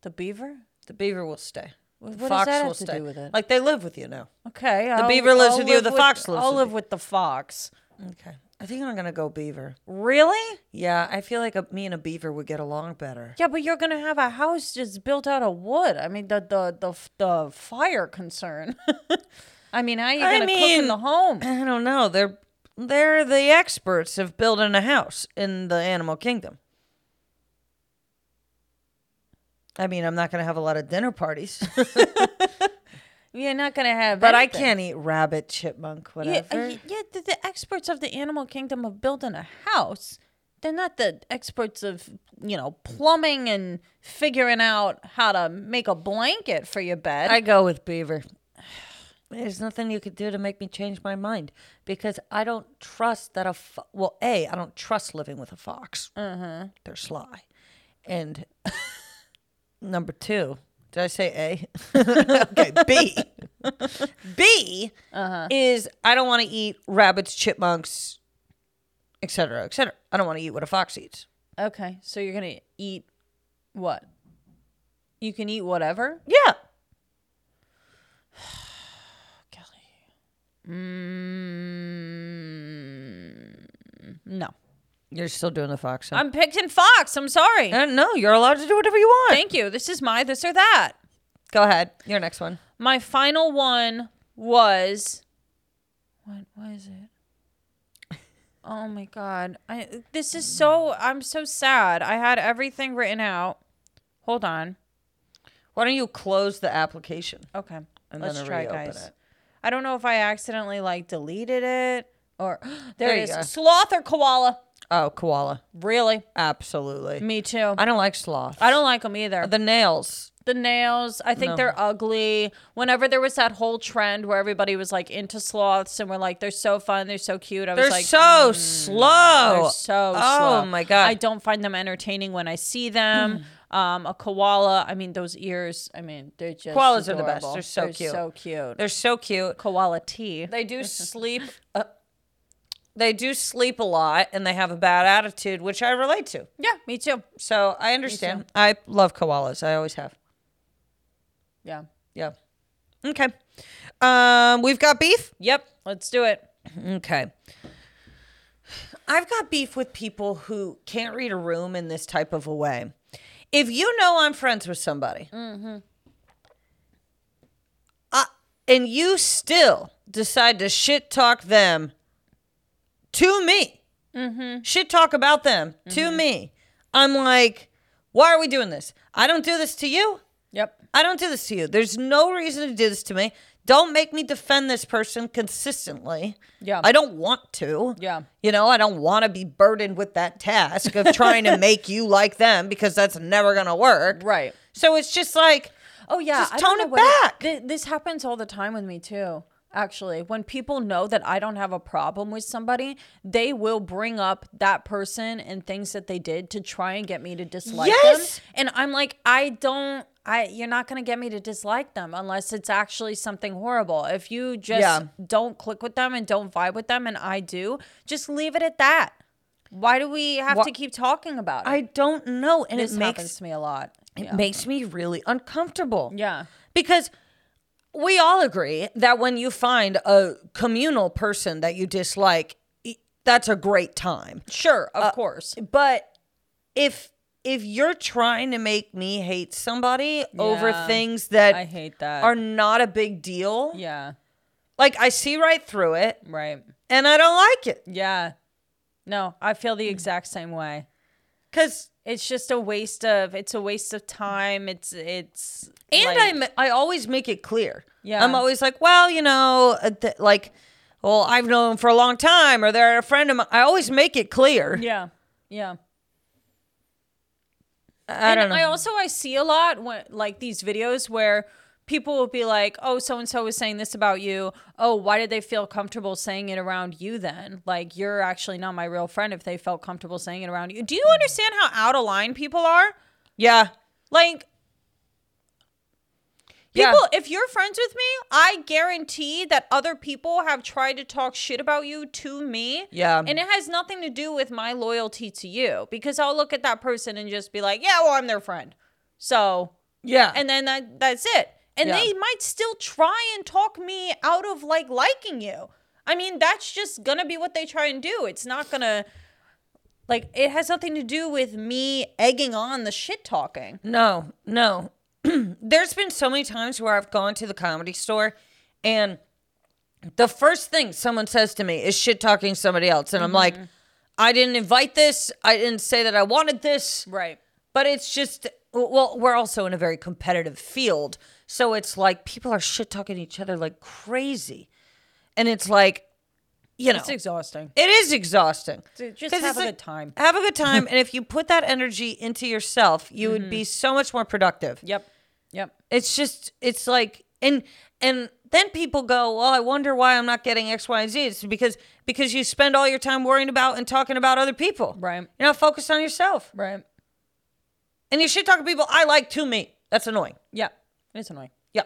Speaker 1: The beaver.
Speaker 2: The beaver will stay.
Speaker 1: Wh-
Speaker 2: The
Speaker 1: what does
Speaker 2: fox
Speaker 1: that
Speaker 2: will
Speaker 1: have to
Speaker 2: stay.
Speaker 1: do with it?
Speaker 2: Like they live with you now.
Speaker 1: Okay. The
Speaker 2: beaver lives with you, the fox lives
Speaker 1: I'll
Speaker 2: with
Speaker 1: live with the fox.
Speaker 2: Okay. I think I'm going to go beaver.
Speaker 1: Really?
Speaker 2: Yeah. I feel like a, me and a beaver would get along better.
Speaker 1: Yeah, but you're gonna have a house just built out of wood. I mean, the the the f- the fire concern. I mean, how are you
Speaker 2: I
Speaker 1: gonna cook
Speaker 2: mean-
Speaker 1: in the home?
Speaker 2: I don't know. They're they're the experts of building a house in the animal kingdom. I mean, I'm not going to have a lot of dinner parties,
Speaker 1: You're not gonna have.
Speaker 2: but I
Speaker 1: anything.
Speaker 2: can't eat rabbit, chipmunk,
Speaker 1: Yeah, uh,
Speaker 2: whatever.
Speaker 1: y- yeah the, the experts of the animal kingdom of building a house. They're not the experts of you know plumbing and figuring out how to make a blanket for your bed.
Speaker 2: I go with beaver. There's nothing you could do to make me change my mind because I don't trust that a fo- well, a I don't trust living with a fox. They're sly, and number two, did I say a? okay, B. B is I don't want to eat rabbits, chipmunks, et cetera, et cetera. I don't want to eat what a fox eats.
Speaker 1: okay, so you're gonna eat what? You can eat whatever.
Speaker 2: Yeah,
Speaker 1: Kelly. Mm, no.
Speaker 2: you're still doing the fox. Huh?
Speaker 1: I'm picking Fox. I'm sorry.
Speaker 2: Uh, no, you're allowed to do whatever you want.
Speaker 1: Thank you. This is my this or that.
Speaker 2: Go ahead. Your next one.
Speaker 1: My final one was what was it? Oh my god. I this is so I'm so sad. I had everything written out. Hold on.
Speaker 2: Why don't you close the application?
Speaker 1: Okay.
Speaker 2: And
Speaker 1: Let's
Speaker 2: then
Speaker 1: try
Speaker 2: reopen
Speaker 1: guys.
Speaker 2: it.
Speaker 1: I don't know if I accidentally like deleted it or there,
Speaker 2: There
Speaker 1: it
Speaker 2: you
Speaker 1: is.
Speaker 2: go.
Speaker 1: Sloth or koala?
Speaker 2: Oh, koala.
Speaker 1: Really?
Speaker 2: Absolutely.
Speaker 1: Me too.
Speaker 2: I don't like sloth.
Speaker 1: I don't like them either.
Speaker 2: the nails.
Speaker 1: The nails, I think they're ugly. Whenever there was that whole trend where everybody was like into sloths and we're like, they're so fun, they're so cute. I
Speaker 2: They're
Speaker 1: was like, mm,
Speaker 2: so
Speaker 1: they're
Speaker 2: slow.
Speaker 1: so
Speaker 2: oh
Speaker 1: slow.
Speaker 2: my god. Hmm.
Speaker 1: I don't find them entertaining when I see them. um, a koala, I mean, those ears, I mean, they're just
Speaker 2: Koalas are the best.
Speaker 1: adorable.
Speaker 2: They're so cute.
Speaker 1: so cute.
Speaker 2: They're so cute.
Speaker 1: koala tea.
Speaker 2: They do sleep. Uh, they do sleep a lot, and they have a bad attitude, which I relate to.
Speaker 1: Yeah, me too.
Speaker 2: So I understand. I love koalas. I always have.
Speaker 1: Yeah.
Speaker 2: Yeah. Okay. Um, we've got beef.
Speaker 1: Yep, let's do it.
Speaker 2: Okay. I've got beef with people who can't read a room in this type of a way. If you know I'm friends with somebody, uh, I- and you still decide to shit talk them to me, shit talk about them to me, I'm like, why are we doing this? I don't do this to you.
Speaker 1: Yep.
Speaker 2: I don't do this to you. There's no reason to do this to me. Don't make me defend this person consistently.
Speaker 1: Yeah.
Speaker 2: I don't want to.
Speaker 1: Yeah.
Speaker 2: You know, I don't want to be burdened with that task of trying to make you like them because that's never going to work.
Speaker 1: Right.
Speaker 2: So it's just like,
Speaker 1: Oh yeah,
Speaker 2: Just
Speaker 1: I don't
Speaker 2: tone
Speaker 1: know
Speaker 2: it
Speaker 1: what
Speaker 2: back.
Speaker 1: thi- this happens all the time with me too. Actually, when people know that I don't have a problem with somebody, they will bring up that person and things that they did to try and get me to dislike
Speaker 2: Yes.
Speaker 1: them. And I'm like, I don't. I you're not gonna get me to dislike them unless it's actually something horrible. If you just
Speaker 2: Yeah.
Speaker 1: don't click with them and don't vibe with them, and I do, just leave it at that. Why do we have
Speaker 2: Wha-
Speaker 1: to keep talking about it?
Speaker 2: I don't know. And
Speaker 1: this
Speaker 2: it
Speaker 1: happens
Speaker 2: makes,
Speaker 1: to me a lot.
Speaker 2: it makes me really uncomfortable.
Speaker 1: Yeah.
Speaker 2: Because we all agree that when you find a communal person that you dislike, e- that's a great time.
Speaker 1: Sure, of course.
Speaker 2: But if if you're trying to make me hate somebody over
Speaker 1: Yeah,
Speaker 2: things that
Speaker 1: I hate that.
Speaker 2: are not a big deal,
Speaker 1: yeah,
Speaker 2: like I see right through it
Speaker 1: right.
Speaker 2: and I don't like it
Speaker 1: Yeah. No, I feel the exact same way.
Speaker 2: cuz
Speaker 1: It's just a waste of it's a waste of time. It's it's like-
Speaker 2: and I I always make it clear.
Speaker 1: Yeah.
Speaker 2: I'm always like, well, you know, uh, th- like well, I've known them for a long time or they're a friend of mine. I always make it clear.
Speaker 1: yeah. Yeah.
Speaker 2: I don't
Speaker 1: and
Speaker 2: know.
Speaker 1: I also I see a lot when like these videos where people will be like, "Oh, so and so was saying this about you. Oh, why did they feel comfortable saying it around you then? Like you're actually not my real friend if they felt comfortable saying it around you." Do you understand how out of line people are?
Speaker 2: yeah.
Speaker 1: Like
Speaker 2: Yeah.
Speaker 1: people, if you're friends with me, I guarantee that other people have tried to talk shit about you to me.
Speaker 2: Yeah.
Speaker 1: And it has nothing to do with my loyalty to you because I'll look at that person and just be like, yeah, well, I'm their friend. So,
Speaker 2: Yeah.
Speaker 1: and then that, that's it. And
Speaker 2: Yeah.
Speaker 1: they might still try and talk me out of like liking you. I mean, that's just going to be what they try and do. It's not going to, like, it has nothing to do with me egging on the shit talking.
Speaker 2: No, no. There's been so many times where I've gone to the comedy store and the first thing someone says to me is shit talking somebody else. And I'm like, I didn't invite this. I didn't say that I wanted this.
Speaker 1: Right.
Speaker 2: But it's just, well, we're also in a very competitive field. So it's like people are shit talking each other like crazy. And it's like, you know,
Speaker 1: It's exhausting.
Speaker 2: it is exhausting.
Speaker 1: Dude,
Speaker 2: 'Cause
Speaker 1: just
Speaker 2: it's
Speaker 1: have a
Speaker 2: like-
Speaker 1: good time.
Speaker 2: Have a good time. and if you put that energy into yourself, you would
Speaker 1: Mm-hmm.
Speaker 2: be so much more productive.
Speaker 1: Yep. Yep.
Speaker 2: It's just it's like and and then people go, "Well, I wonder why I'm not getting X, Y, and Z." It's because because you spend all your time worrying about and talking about other people.
Speaker 1: Right.
Speaker 2: You're not focused on yourself.
Speaker 1: Right.
Speaker 2: And you should talk to people I like to me. That's annoying.
Speaker 1: Yeah. It's annoying.
Speaker 2: Yeah.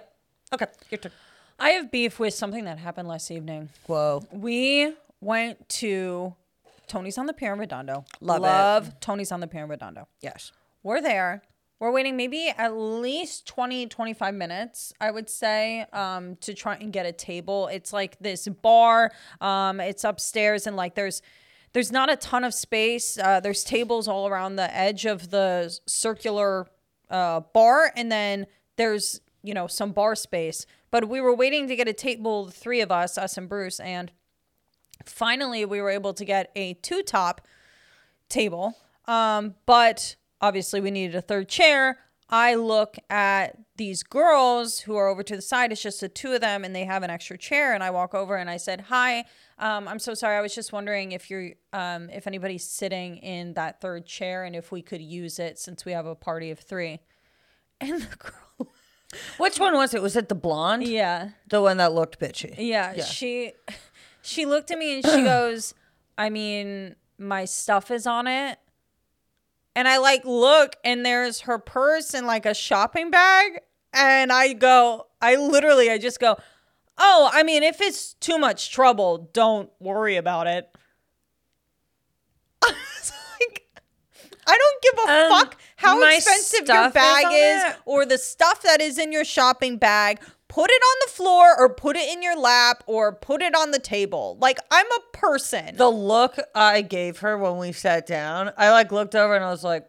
Speaker 2: Okay. Your turn.
Speaker 1: I have beef with something that happened last evening.
Speaker 2: Whoa.
Speaker 1: We went to Tony's on the Pier in Redondo.
Speaker 2: Love it.
Speaker 1: Love Tony's on the Pier in Redondo.
Speaker 2: Yes.
Speaker 1: We're there. We're waiting maybe at least 20, 25 minutes, I would say, um, to try and get a table. It's like this bar. Um, it's upstairs and like there's there's not a ton of space. Uh, there's tables all around the edge of the circular uh, bar, and then there's you know some bar space. But we were waiting to get a table, the three of us, us and Bruce, and finally we were able to get a two top table. Um, but obviously, we needed a third chair. I look at these girls who are over to the side. It's just the two of them, and they have an extra chair. And I walk over and I said, "Hi, um, I'm so sorry. I was just wondering if you're, um, if anybody's sitting in that third chair, and if we could use it since we have a party of three. And the girl,
Speaker 2: Which one was it? Was it the blonde?
Speaker 1: yeah,
Speaker 2: The one that looked bitchy.
Speaker 1: yeah, she she looked at me and she goes, "I mean, my stuff is on it." And I like look and there's her purse and like a shopping bag and I go, I literally I just go, "Oh, I mean, if it's too much trouble, don't worry about it." I was like, I don't give a
Speaker 2: Um,
Speaker 1: fuck how
Speaker 2: my
Speaker 1: expensive
Speaker 2: stuff
Speaker 1: your
Speaker 2: is
Speaker 1: bag
Speaker 2: on
Speaker 1: is,
Speaker 2: it?
Speaker 1: or the stuff that is in your shopping bag. Put it on the floor or put it in your lap or put it on the table. Like I'm a person.
Speaker 2: The look I gave her when we sat down, I like looked over and I was like,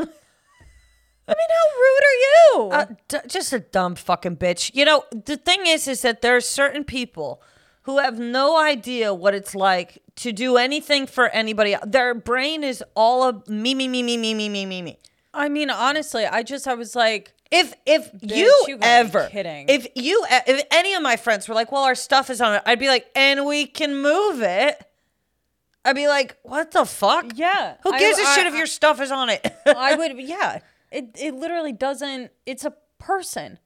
Speaker 1: I mean, how rude are you?
Speaker 2: Uh, d- just a dumb fucking bitch. You know, the thing is, is that there are certain people who have no idea what it's like to do anything for anybody. el- Their brain is all a me, me, me, me, me, me, me, me, me.
Speaker 1: I mean, honestly, I just I was like,
Speaker 2: If if you,
Speaker 1: you gotta be
Speaker 2: ever,
Speaker 1: kidding.
Speaker 2: if you e- if any of my friends were like, well, our stuff is on it, I'd be like, and we can move it. I'd be like, what the fuck?
Speaker 1: yeah.
Speaker 2: Who
Speaker 1: I-
Speaker 2: gives a
Speaker 1: I-
Speaker 2: shit if your stuff is on it?
Speaker 1: I would, yeah. It it literally doesn't. It's a person.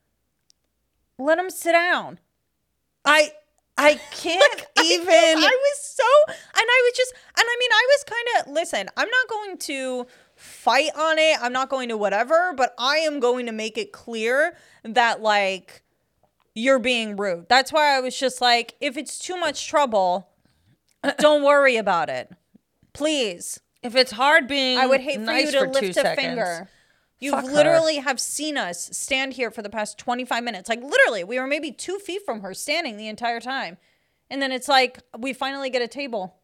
Speaker 1: Let him sit down.
Speaker 2: I I can't even.
Speaker 1: I was so, and I was just, and I mean, I was kind of, listen, I'm not going to fight on it. I'm not going to whatever, but I am going to make it clear that, like, you're being rude. That's why I was just like, if it's too much trouble, don't worry about it. Please.
Speaker 2: If it's hard being,
Speaker 1: I would hate for
Speaker 2: Mm, nice
Speaker 1: you to
Speaker 2: two
Speaker 1: lift a
Speaker 2: seconds,
Speaker 1: finger. You've
Speaker 2: Fuck her.
Speaker 1: literally have seen us stand here for the past 25 minutes. Like literally, we were maybe two feet from her standing the entire time. And then it's like we finally get a table.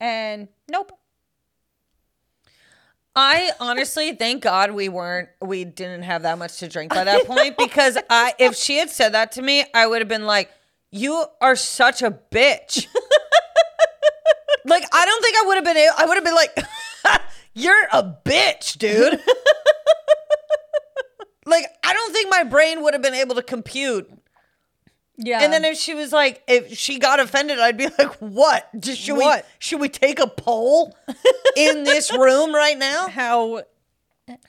Speaker 1: And nope.
Speaker 2: I honestly thank God we weren't we didn't have that much to drink by that point because I if she had said that to me, I would have been like, "You are such a bitch." like I don't think I would have been able, I would have been like, "You're a bitch, dude." like I don't think my brain would have been able to compute.
Speaker 1: Yeah.
Speaker 2: And then if she was like if she got offended, I'd be like, "What? Just- Should
Speaker 1: What?
Speaker 2: we should we take a poll in this room right now?"
Speaker 1: how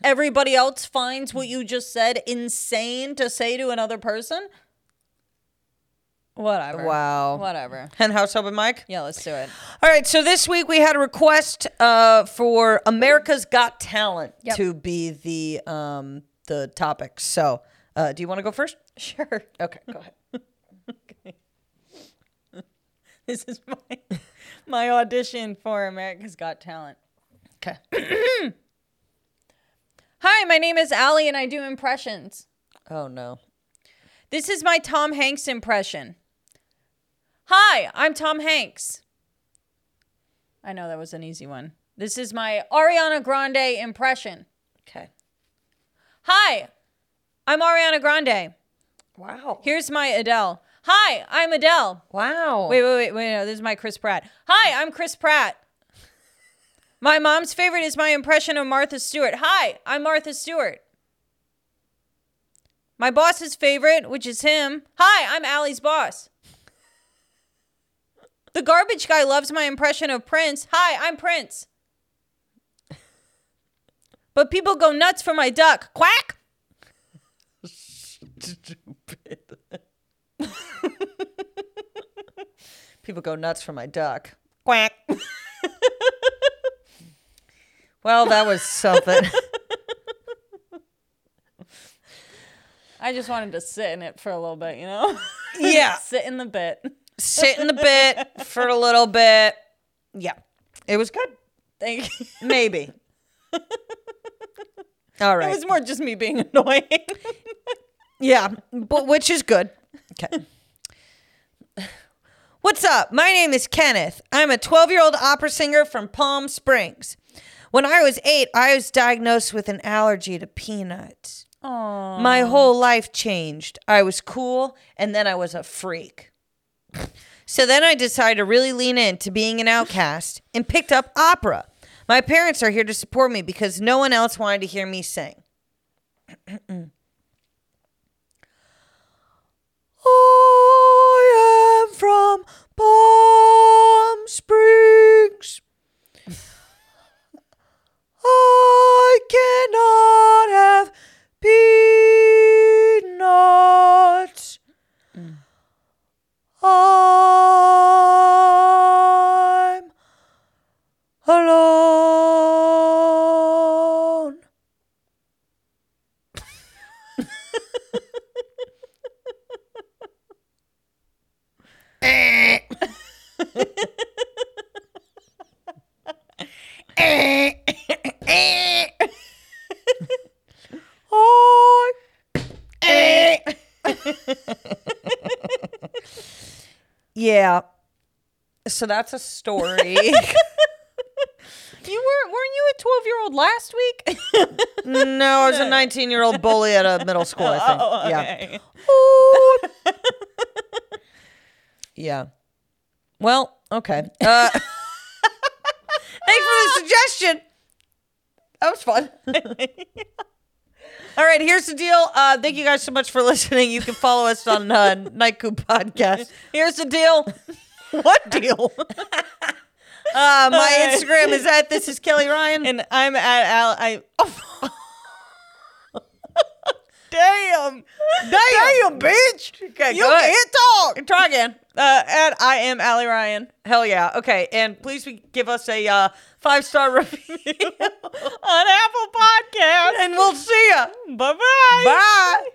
Speaker 1: everybody else finds what you just said insane to say to another person. Whatever.
Speaker 2: Wow.
Speaker 1: Whatever.
Speaker 2: Hen House Open Mic.
Speaker 1: Yeah, let's do it.
Speaker 2: All right, so this week we had a request uh, for America's Got Talent
Speaker 1: Yep.
Speaker 2: to be the um, the topic. So, uh, do you want to go first?
Speaker 1: Sure.
Speaker 2: Okay, go ahead.
Speaker 1: This is my my audition for America's Got Talent.
Speaker 2: Okay.
Speaker 1: Hi, my name is Allie and I do impressions.
Speaker 2: Oh no.
Speaker 1: This is my Tom Hanks impression. Hi, I'm Tom Hanks. I know that was an easy one. This is my Ariana Grande impression.
Speaker 2: Okay.
Speaker 1: Hi, I'm Ariana Grande.
Speaker 2: Wow.
Speaker 1: Here's my Adele. Hi, I'm Adele.
Speaker 2: Wow.
Speaker 1: Wait, wait, wait, wait. No, this is my Chris Pratt. Hi, I'm Chris Pratt. My mom's favorite is my impression of Martha Stewart. Hi, I'm Martha Stewart. My boss's favorite, which is him. Hi, I'm Allie's boss. The garbage guy loves my impression of Prince. Hi, I'm Prince. But people go nuts for my duck. Quack!
Speaker 2: Stupid. People go nuts for my duck. Quack. well, that was something.
Speaker 1: I just wanted to sit in it for a little bit, you know?
Speaker 2: yeah.
Speaker 1: sit in the bit.
Speaker 2: sit in the bit for a little bit. Yeah, it was good.
Speaker 1: Thank you.
Speaker 2: Maybe. All right.
Speaker 1: It was more just me being annoying.
Speaker 2: yeah, but which is good. Okay. What's up? My name is Kenneth. I'm a 12 year old opera singer from Palm Springs. When I was eight, I was diagnosed with an allergy to peanuts.
Speaker 1: Aww.
Speaker 2: My whole life changed. I was cool and then I was a freak. So then I decided to really lean into being an outcast and picked up opera. My parents are here to support me because no one else wanted to hear me sing. I am from Palm Springs. I cannot have peanuts. I'm alone. I Yeah. So that's a story.
Speaker 1: You were weren't you a twelve year old last week?
Speaker 2: no, I was a 19 year old bully at a middle school, I think.
Speaker 1: Oh, okay.
Speaker 2: Yeah. yeah. Well, okay. Uh, thanks for the suggestion. That was fun. All right, here's the deal. Uh, thank you guys so much for listening. You can follow us on uh, Night Coop Podcast. Here's the deal. what deal? uh, my Instagram is at this is Kelly Ryan.
Speaker 1: And I'm at Al. I. Oh. Damn.
Speaker 2: Damn, bitch. Okay,
Speaker 1: You
Speaker 2: go ahead.
Speaker 1: can't
Speaker 2: talk. Try again.
Speaker 1: Uh, at I am Allie Ryan
Speaker 2: Hell yeah. Okay, and please we- give us a uh, five star review,
Speaker 1: on Apple Podcast.
Speaker 2: and we'll see ya.
Speaker 1: Bye bye.
Speaker 2: Bye.